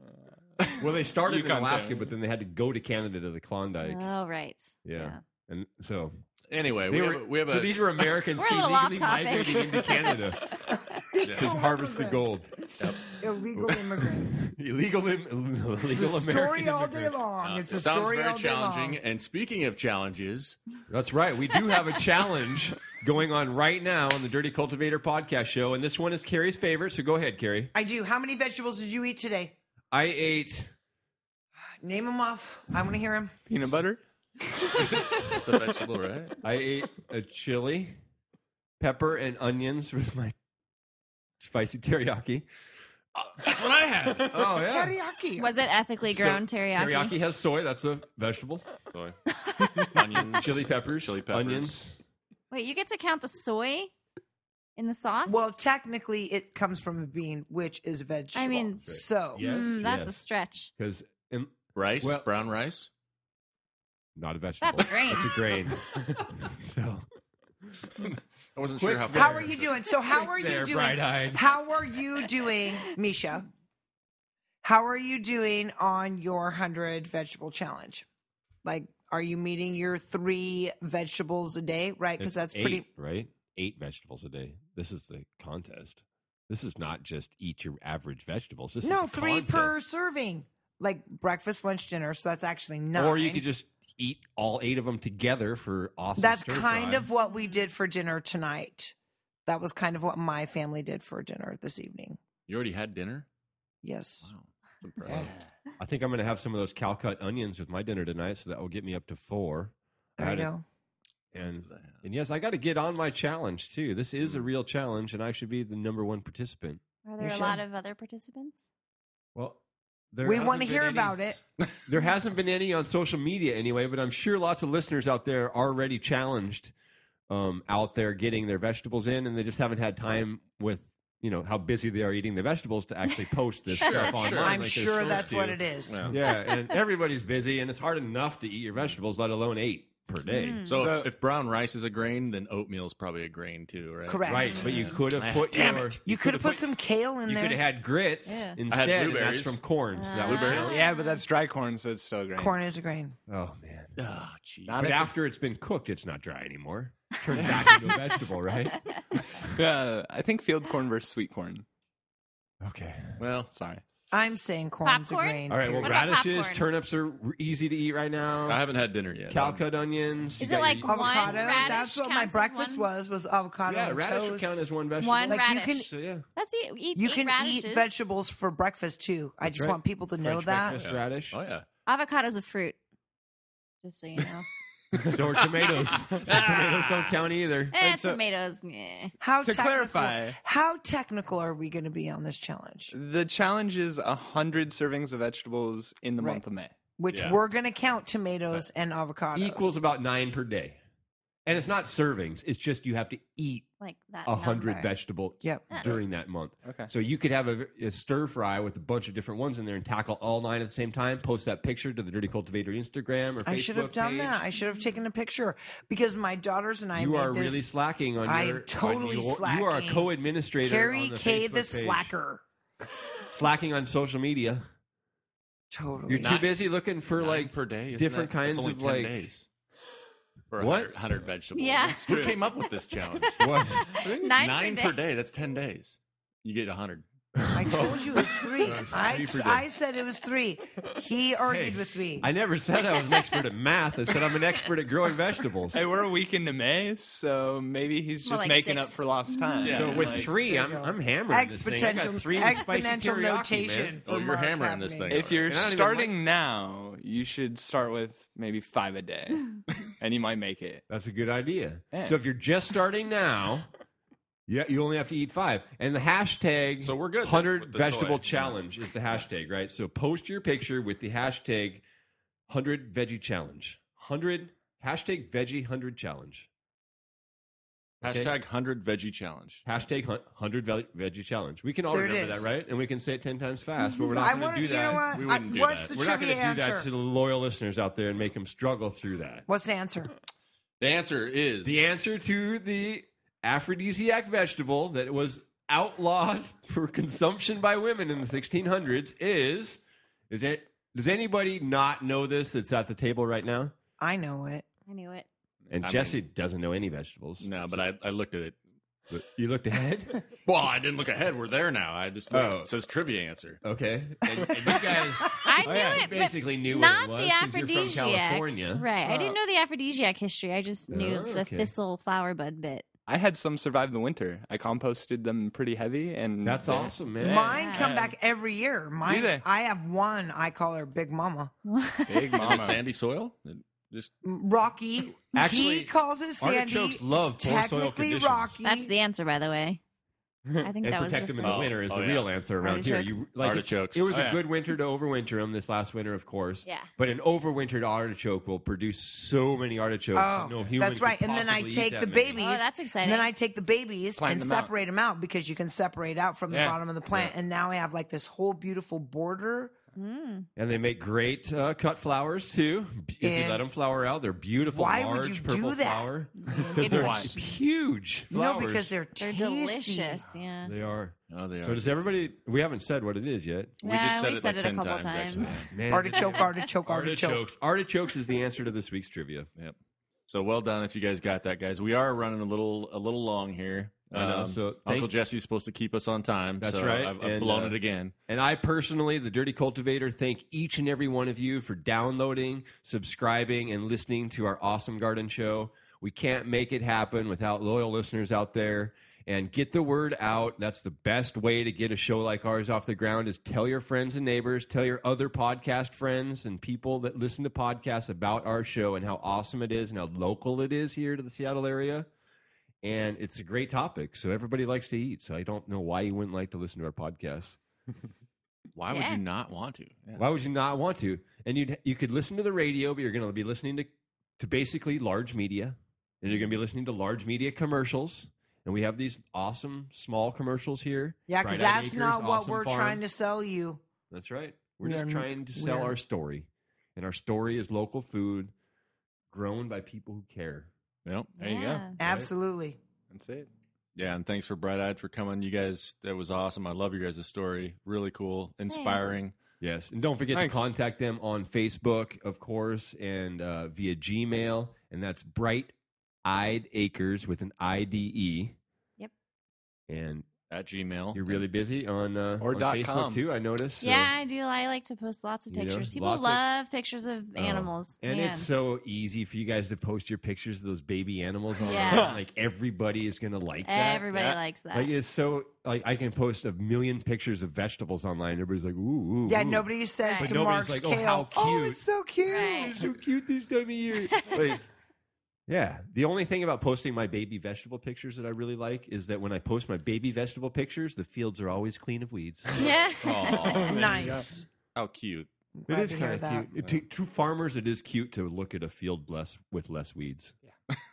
S1: Well, they started in
S5: Yukon
S1: Alaska,
S5: Canyon.
S1: but then they had to go to Canada to the Klondike.
S4: Oh, right.
S1: yeah. And so
S3: anyway,
S1: they
S3: we,
S1: were,
S3: have, a- we have
S1: so
S3: a
S1: these were Americans
S4: We're a little
S1: illegally
S4: off topic.
S1: migrating into Canada to
S3: yeah.
S1: harvest the gold.
S2: Illegal immigrants.
S1: Illegal, im- illegal
S2: It's
S1: American
S2: a story all day
S1: immigrants.
S2: long. It's
S3: Uh, it
S2: a
S3: sounds
S2: story
S3: very
S2: all day
S3: challenging.
S2: long.
S3: And speaking of challenges,
S1: That's right. We do have a challenge going on right now on the Dirty Cultivator podcast show, and this one is Carrie's favorite. So go ahead, Carrie.
S2: I do. How many vegetables did you eat today?
S1: I ate.
S2: Name them off. I want to hear them.
S5: Peanut butter?
S3: it's a vegetable, right?
S1: I ate a chili, pepper, and onions with my spicy teriyaki.
S3: That's what I had.
S1: Oh yeah.
S2: Teriyaki.
S4: Was it ethically
S1: So,
S4: grown teriyaki?
S1: Teriyaki has soy. That's a vegetable. Soy.
S3: Onions,
S1: Chili peppers.
S3: chili peppers.
S1: Onions.
S4: Wait, you get to count the soy in the sauce?
S2: Well, technically, it comes from a bean, which is a vegetable.
S4: I mean-
S2: so
S1: Yes.
S4: Mm, that's a
S1: yes.
S4: stretch.
S1: Because
S3: rice,
S1: Well-
S3: brown rice.
S1: not a vegetable.
S4: That's a grain.
S1: It's a grain. so
S3: I wasn't
S1: Quick
S3: sure how.
S1: there.
S2: how are you doing? So how are you
S1: there,
S2: doing?
S1: bright-eyed.
S2: How are you doing, Misha? How are you doing on your hundred vegetable challenge? Like, are you meeting your three vegetables a day? Right, because
S1: it's
S2: that's
S1: eight,
S2: pretty.
S1: right. Eight vegetables a day. This is the contest. This is not just eat your average vegetables. This is
S2: No,
S1: a
S2: three per
S1: contest.
S2: serving, like breakfast, lunch, dinner. So that's actually nine.
S1: Or you could just eat all eight of them together for awesome.
S2: That's
S1: stir
S2: kind
S1: fry.
S2: of what we did for dinner tonight. That was kind of what my family did for dinner this evening.
S3: You already had dinner.
S2: Yes.
S3: Wow, that's impressive.
S1: I think I'm going to have some of those Calcut onions with my dinner tonight, so that will get me up to four. I
S2: There you
S1: had a-
S2: go.
S3: What
S1: And
S3: else did I have?
S1: And yes, I got to get on my challenge too. This is a real challenge, and I should be the number one participant.
S4: Are there
S2: You
S4: a lot
S2: should.
S4: of other participants?
S1: Well, there
S2: We
S1: hasn't
S2: wanna
S1: been
S2: hear
S1: any-
S2: about it.
S1: There hasn't been any on social media anyway, but I'm sure lots of listeners out there are already challenged um, out there getting their vegetables in, and they just haven't had time with you know how busy they are eating the vegetables to actually post this
S3: Sure,
S1: stuff
S3: sure.
S1: online.
S2: I'm
S1: like they're
S2: sure
S1: supposed
S2: that's
S1: to.
S2: what it is.
S3: Yeah.
S1: Yeah, Mm. and everybody's busy, and it's hard enough to eat your vegetables, let alone eight per day.
S2: Mm.
S3: So,
S5: So-
S3: if, if brown rice is a grain, then oatmeal is probably a grain too, right?
S2: Correct.
S1: Right, but you could have
S3: Ah,
S1: put
S3: damn
S1: your
S3: it.
S2: You could have put some kale in
S1: You
S2: there.
S1: could have had grits
S4: Yeah.
S1: instead.
S3: I had
S1: and that's
S3: blueberries.
S1: from corn. So that would
S4: Blueberries?
S1: count.
S5: Yeah, but that's dry corn, so it's still grain.
S2: Corn is a grain.
S1: Oh man!
S3: Ah, jeez.
S5: Not
S1: But
S5: it.
S1: after it's been cooked, it's not dry anymore. Turned back into a vegetable, right?
S5: Yeah, I think field corn versus sweet corn.
S1: Okay.
S3: Well,
S5: Sorry.
S2: I'm saying corn's
S4: Popcorn?
S2: a grain.
S1: All right. Well,
S4: What about
S1: radishes,
S4: popcorn?
S1: turnips are r- easy to eat right
S3: I
S1: now.
S3: haven't had dinner yet. Um,
S1: Calcut onions. you
S4: Is it
S1: got
S4: like
S1: your-
S4: one
S2: avocado.
S4: radish
S2: That's what my
S4: counts as
S2: breakfast
S4: one?
S2: was was avocado.
S1: yeah?
S2: and
S1: Radish would
S2: toast.
S1: count as one vegetable.
S4: One
S2: Like, you
S4: radish.
S2: can-
S1: So yeah.
S4: That's it. Eat,
S2: You
S4: eat
S2: can
S4: radishes.
S2: eat vegetables for breakfast too. I
S1: That's
S2: just
S1: right.
S2: want people to know
S1: French
S2: that.
S1: breakfast, radish.
S3: Oh yeah.
S4: Avocado's a fruit. Just so you know.
S1: So are tomatoes. so tomatoes don't count either.
S4: eh,
S1: And so-
S4: tomatoes. meh.
S2: How
S5: To
S2: technical-
S5: clarify-
S2: how technical are we going to be on this challenge?
S5: The challenge is 100 servings of vegetables in the
S2: Right.
S5: month of May.
S2: Which
S1: Yeah.
S2: we're going to count tomatoes and avocados.
S1: equals about nine per day. And it's not servings. It's just you have to eat
S4: Like that.
S1: a hundred
S4: number.
S1: vegetables
S2: Yep.
S1: during that month.
S5: Okay.
S1: So you could have a, a stir fry with a bunch of different ones in there and tackle all nine at the same time. Post that picture to the Dirty Cultivator Instagram or Facebook
S2: I should have done
S1: page.
S2: that. I should have taken a picture because my daughters and I
S1: You
S2: made
S1: are
S2: this
S1: really slacking on
S2: I am
S1: your. on
S2: totally
S1: your- You are a
S2: slacking.
S1: co-administrator.
S2: Carrie
S1: on the
S2: K
S1: Facebook
S2: the
S1: page.
S2: slacker.
S1: Slacking on social media.
S2: Totally.
S1: You're too
S3: Nine-
S1: busy looking for
S3: Nine
S1: like
S3: per day, isn't
S1: different
S3: that- that's
S1: kinds
S3: only
S1: of,
S3: 10
S1: like-
S3: days for
S1: What?
S3: what hundred vegetables.
S4: Yeah.
S3: That's Who came up with this challenge?
S1: what?
S4: Nine, per day.
S3: That's ten days. You get hundred.
S2: I told you it was three.
S1: It's
S2: I,
S1: three per day.
S2: I said it was three. He argued
S1: Hey,
S2: with me.
S1: I never said I was an expert at math. I said I'm an expert at growing vegetables.
S5: Hey, we're a week into May, so maybe he's
S4: More
S5: just
S4: like
S5: making
S4: six.
S5: up for lost time.
S3: Yeah.
S1: So
S5: And,
S1: with
S5: like,
S1: three,
S2: there
S1: I'm
S2: you go.
S1: I'm hammering this thing. I got
S2: Exponential-
S1: three spicy
S2: exponential
S1: teriyaki, man.
S2: notation.
S3: Oh,
S2: For
S3: you're
S2: Mark
S3: hammering this thing.
S2: happening.
S5: if you're
S1: And I don't even
S5: starting now, you should start with maybe five a day, and you might make it.
S1: That's a good idea.
S5: Yeah.
S1: So if you're just starting now, yeah, you only have to eat five. And the hashtag
S3: So we're good then with
S1: hundred
S3: the
S1: vegetable
S3: soy.
S1: challenge is the hashtag, right? So post your picture with the hashtag hundred veggie challenge. Hundred hashtag veggie hundred challenge. Okay.
S3: Hashtag hundred veggie challenge.
S1: Hashtag hundred veggie challenge. We can all
S2: There it
S1: remember that,
S2: is.
S1: right? And we can say it ten times fast, but we're not
S2: I
S1: going
S2: want
S1: to
S2: to.
S1: do
S2: You
S1: that.
S2: know what?
S3: We
S2: I-
S3: wouldn't do
S2: what's
S3: that.
S2: the
S1: We're not going
S2: trivia
S1: to do
S2: answer?
S1: that to the loyal listeners out there and make them struggle through that.
S2: What's the answer?
S3: The answer is
S1: The answer to the aphrodisiac vegetable that was outlawed for consumption by women in the 1600s is is it does anybody not know this that's at the table right now?
S2: I know it.
S4: I knew it.
S1: And
S3: I mean-
S1: Jesse doesn't know any vegetables.
S3: No, but I, I looked at it.
S1: But You looked ahead.
S3: Well, I didn't look ahead. We're there now. I just
S1: Oh.
S3: it says trivia answer.
S1: okay. And, and you guys
S4: I
S1: oh,
S4: knew
S1: yeah, you
S4: it, but
S1: basically knew
S4: not
S1: what it was 'cause
S4: the
S1: you're from
S4: aphrodisiac.
S1: California.
S4: Right. I didn't know the aphrodisiac history. I just knew
S1: Oh,
S4: the
S1: okay.
S4: thistle flower bud bit.
S5: I had some survive the winter. I composted them pretty heavy, and
S1: That's
S5: they-
S1: awesome, man.
S2: Mine
S4: Yeah.
S2: come back every year. Mine.
S5: they?
S2: I have one. I call her Big Mama.
S5: Big
S3: In the
S5: mama.
S3: sandy soil. It Just
S2: Rocky.
S1: Actually,
S2: he calls it Sandy.
S1: artichokes love
S2: It's
S1: poor soil
S2: technically
S1: conditions.
S2: Rocky.
S4: That's the answer, by the way. I think
S1: and
S4: that was
S1: protect
S4: the
S1: them in the
S4: first-
S1: winter is
S3: Oh,
S1: the
S3: yeah.
S1: real answer around here. You
S4: Artichokes.
S1: like it's-
S3: artichokes.
S1: It was
S5: Oh,
S1: a
S5: yeah.
S1: good winter to overwinter them this last winter, of course.
S4: Yeah.
S1: But an overwintered artichoke will produce so many artichokes. that
S2: Oh,
S1: no human
S2: that's
S1: could
S2: right. And then I
S1: possibly eat
S2: take
S1: that
S2: the
S1: many.
S2: babies.
S4: Oh, that's
S2: And then
S4: exciting.
S2: I take the babies
S5: Plant
S2: and
S5: them out.
S2: separate them out because you can separate out from the
S5: Yeah.
S2: bottom of the plant. And now I have like this whole beautiful border.
S4: Mm.
S1: And they make great uh, cut flowers too. B- If you
S2: And
S1: let them flower out, they're beautiful,
S2: why would
S1: large
S2: you
S1: purple
S2: do that?
S1: flower. Because they're
S3: Why?
S1: huge flowers.
S2: No, because they're
S4: They're
S2: tasty.
S4: delicious. Yeah.
S1: They are.
S3: oh, they
S1: So
S3: are
S1: does everybody? We haven't said what it is yet.
S3: We
S4: Yeah,
S3: just said
S4: we
S3: it
S4: said
S3: like
S4: it a
S3: ten
S4: couple
S3: times.
S4: times.
S3: Actually.
S1: Man,
S2: Artichoke, artichoke, artichoke.
S1: artichokes. Artichokes is the answer to this week's trivia.
S3: Yep. So well done if you guys got that, guys. We are running a little a little long here. Um,
S1: I know, Uh, so
S3: Uncle
S1: thank-
S3: Jesse's supposed to keep us on time.
S1: That's
S3: so
S1: right,
S3: I've, I've
S1: and,
S3: blown
S1: uh,
S3: it again.
S1: And I personally, the Dirty Cultivator, thank each and every one of you for downloading, subscribing, and listening to our awesome garden show. We can't make it happen without loyal listeners out there. And get the word out. That's the best way to get a show like ours off the ground is tell your friends and neighbors, tell your other podcast friends and people that listen to podcasts about our show and how awesome it is and how local it is here to the Seattle area. And it's a great topic. So everybody likes to eat. So I don't know why you wouldn't like to listen to our podcast.
S3: Why would
S4: Yeah.
S3: you not want to? Yeah.
S1: Why would you not want to? And you you could listen to the radio, but you're going to be listening to to basically large media, and you're going to
S2: Mm-hmm.
S1: be listening to large media commercials. And we have these awesome small commercials here.
S2: Yeah, because
S1: Bright Eyed
S2: that's
S1: Acres,
S2: not what
S1: Awesome
S2: we're
S1: Farm.
S2: trying to sell you.
S1: That's right. We're
S2: We
S1: just
S2: are-
S1: trying to
S2: we
S1: sell
S2: are-
S1: our story, and our story is local food grown by people who care.
S3: Yep.
S5: There you go.
S4: Yeah.
S2: Absolutely.
S5: That's it.
S3: Yeah, and thanks for Bright Eyed for coming. You guys, that was awesome. I love your guys' story. Really cool, inspiring.
S1: Yes, and don't forget
S5: Thanks.
S1: to contact them on Facebook, of course, and uh, via Gmail, and that's Bright Eyed Acres with an I D E.
S4: Yep.
S1: And
S3: at Gmail.
S1: You're really busy on uh,
S3: Or
S1: on
S3: dot
S1: Facebook
S3: com.
S1: too. I noticed. so-
S4: yeah, I do. I like to post lots of
S1: You know,
S4: pictures. People
S1: lots of-
S4: love pictures of animals.
S1: And
S4: Man.
S1: it's so easy for you guys to post your pictures of those baby animals online.
S4: Yeah.
S1: Like everybody is gonna like that.
S4: everybody
S3: yeah.
S4: likes that.
S1: Like it's so like I can post a million pictures of vegetables online. Everybody's like, ooh, ooh.
S2: Yeah,
S1: ooh.
S2: nobody says
S1: But
S2: to
S1: nobody's
S2: Mark's
S1: like, "Oh,
S2: kale,
S1: how cute."
S2: it's so cute.
S4: Right.
S1: so cute this time of year. like, yeah. The only thing about posting my baby vegetable pictures that I really like is that when I post my baby vegetable pictures, the fields are always clean of weeds.
S4: yeah.
S3: Aw,
S2: Nice.
S3: how cute.
S1: It
S2: Glad
S1: is
S2: to hear
S1: kind of
S2: that.
S1: cute. It- to, to farmers, it is cute to look at a field less with less weeds.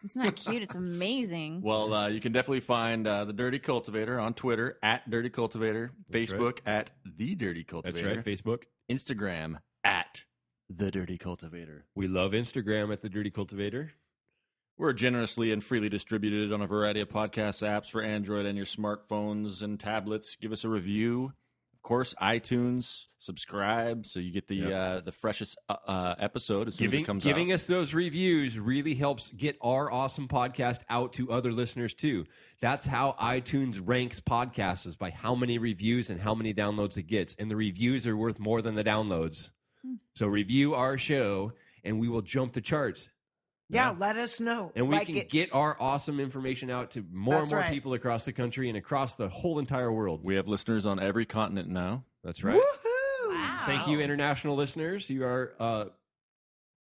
S4: it's not cute. It's amazing.
S3: Well, uh, you can definitely find uh, the Dirty Cultivator on Twitter at Dirty Cultivator,
S1: That's right.
S3: Facebook at the Dirty
S1: That's
S3: Cultivator,
S1: right. Facebook.
S3: Instagram at the Dirty Cultivator.
S1: We love Instagram at the Dirty Cultivator.
S3: We're generously and freely distributed on a variety of podcast apps for Android and your smartphones and tablets. Give us a review. Of course, iTunes, subscribe so you get the
S1: Yep.
S3: uh, the freshest uh, uh, episode as soon as
S1: Giving,
S3: it comes
S1: giving
S3: out.
S1: us those reviews really helps get our awesome podcast out to other listeners too. That's how iTunes ranks podcasts is by how many reviews and how many downloads it gets. And the reviews are worth more than the downloads.
S2: Hmm.
S1: So review our show and we will jump the charts.
S2: Yeah, let us know.
S1: And we
S2: Like
S1: can
S2: it-
S1: get our awesome information out to more and
S2: That's
S1: more
S2: right.
S1: people across the country and across the whole entire world.
S3: we have listeners on every continent now.
S1: That's right.
S2: Woohoo!
S4: wow.
S1: Thank you, international listeners. You are uh,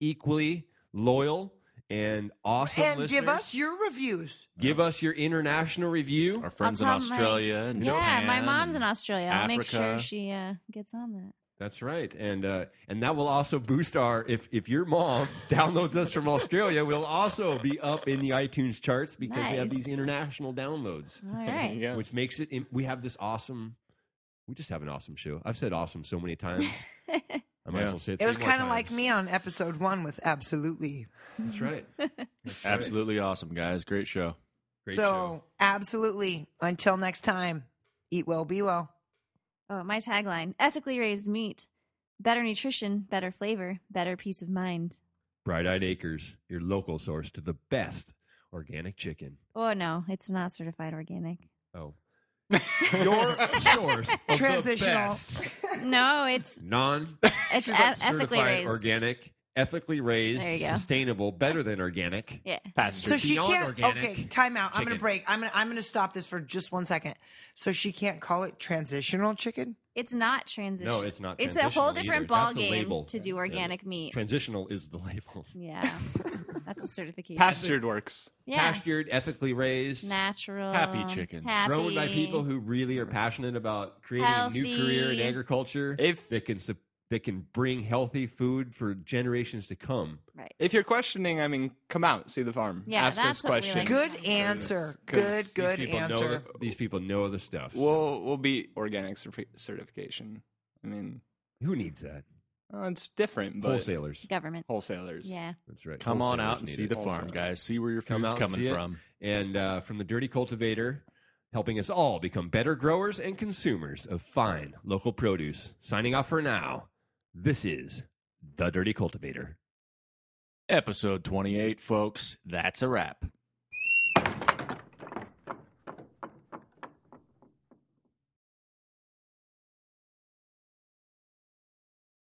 S1: equally loyal and awesome.
S2: and
S1: listeners.
S2: give us your reviews.
S1: give us your international review.
S3: Our friends in
S4: tell my-
S3: Australia and
S4: Yeah, my
S3: Japan
S4: mom's in
S3: and-
S4: Australia. I'll make sure
S3: Africa.
S4: she uh, gets on that.
S1: That's right, and uh, and that will also boost our. If if your mom downloads us from Australia, we'll also be up in the iTunes charts because we have
S4: Nice.
S1: these international downloads,
S4: All right.
S5: Yeah.
S1: which makes it. We have this awesome. We just have an awesome show. I've said awesome so many times. I might as
S3: Yeah.
S1: well say it.
S2: It was
S1: three more
S2: kind of like
S1: times.
S2: me on episode one with Absolutely.
S1: That's right. That's right.
S3: Absolutely awesome, guys. Great show.
S1: Great
S2: so,
S1: show.
S2: absolutely. Until next time, eat well, be well.
S4: Oh, my tagline ethically raised meat, better nutrition, better flavor, better peace of mind.
S1: Bright Eyed Acres, your local source to the best organic chicken.
S4: Oh, no, it's not certified organic.
S1: Oh. Your source of
S2: Transitional.
S1: the best
S4: No, it's
S1: non
S4: it's
S1: She's
S4: eth-
S1: like
S4: ethically
S1: certified
S4: raised.
S1: organic, ethically raised,
S4: There you go.
S1: sustainable, better than organic.
S4: Yeah.
S3: Pastor.
S2: So she
S1: beyond
S2: can't.
S1: organic
S2: okay, time out. I'm going
S1: chicken.
S2: to break. I'm going to I'm going to stop this for just one second. So she can't call it transitional chicken.
S4: It's not transition.
S1: No, it's not
S4: It's a whole
S1: transitional either.
S4: different ball
S1: That's a label.
S4: game to do organic meat.
S1: Transitional is the label.
S4: yeah. That's a certification.
S5: Pastured works.
S4: yeah.
S1: Pastured, ethically raised,
S4: Natural.
S3: Happy chickens.
S4: Happy.
S1: grown by people who really are passionate about creating a new career in
S4: Healthy.
S1: agriculture
S5: If-
S1: that can sup- that can bring healthy food for generations to come.
S4: Right.
S5: If you're questioning, I mean, come out, see the farm.
S4: Yeah,
S5: Ask
S4: that's
S5: us
S4: what we
S5: questions.
S4: like.
S2: Good answer. Good, good
S1: These people know
S2: answer.
S1: the- these people know the stuff. so
S5: We'll we'll be organic certi- certification. I mean,
S1: who needs that?
S5: uh, it's different, but
S1: Wholesalers.
S4: Government.
S5: wholesalers.
S4: Yeah.
S1: That's right.
S3: Come on
S1: Wholesalers
S3: out and
S1: need
S3: see
S1: it.
S3: the farm,
S5: Also.
S3: guys. See where your
S1: Come
S3: food's
S1: out and see
S3: coming
S1: it.
S3: from.
S1: and uh, from the Dirty Cultivator, helping us all become better growers and consumers of fine local produce. Signing off for now. This is the Dirty Cultivator.
S3: Episode 28, folks. That's a wrap.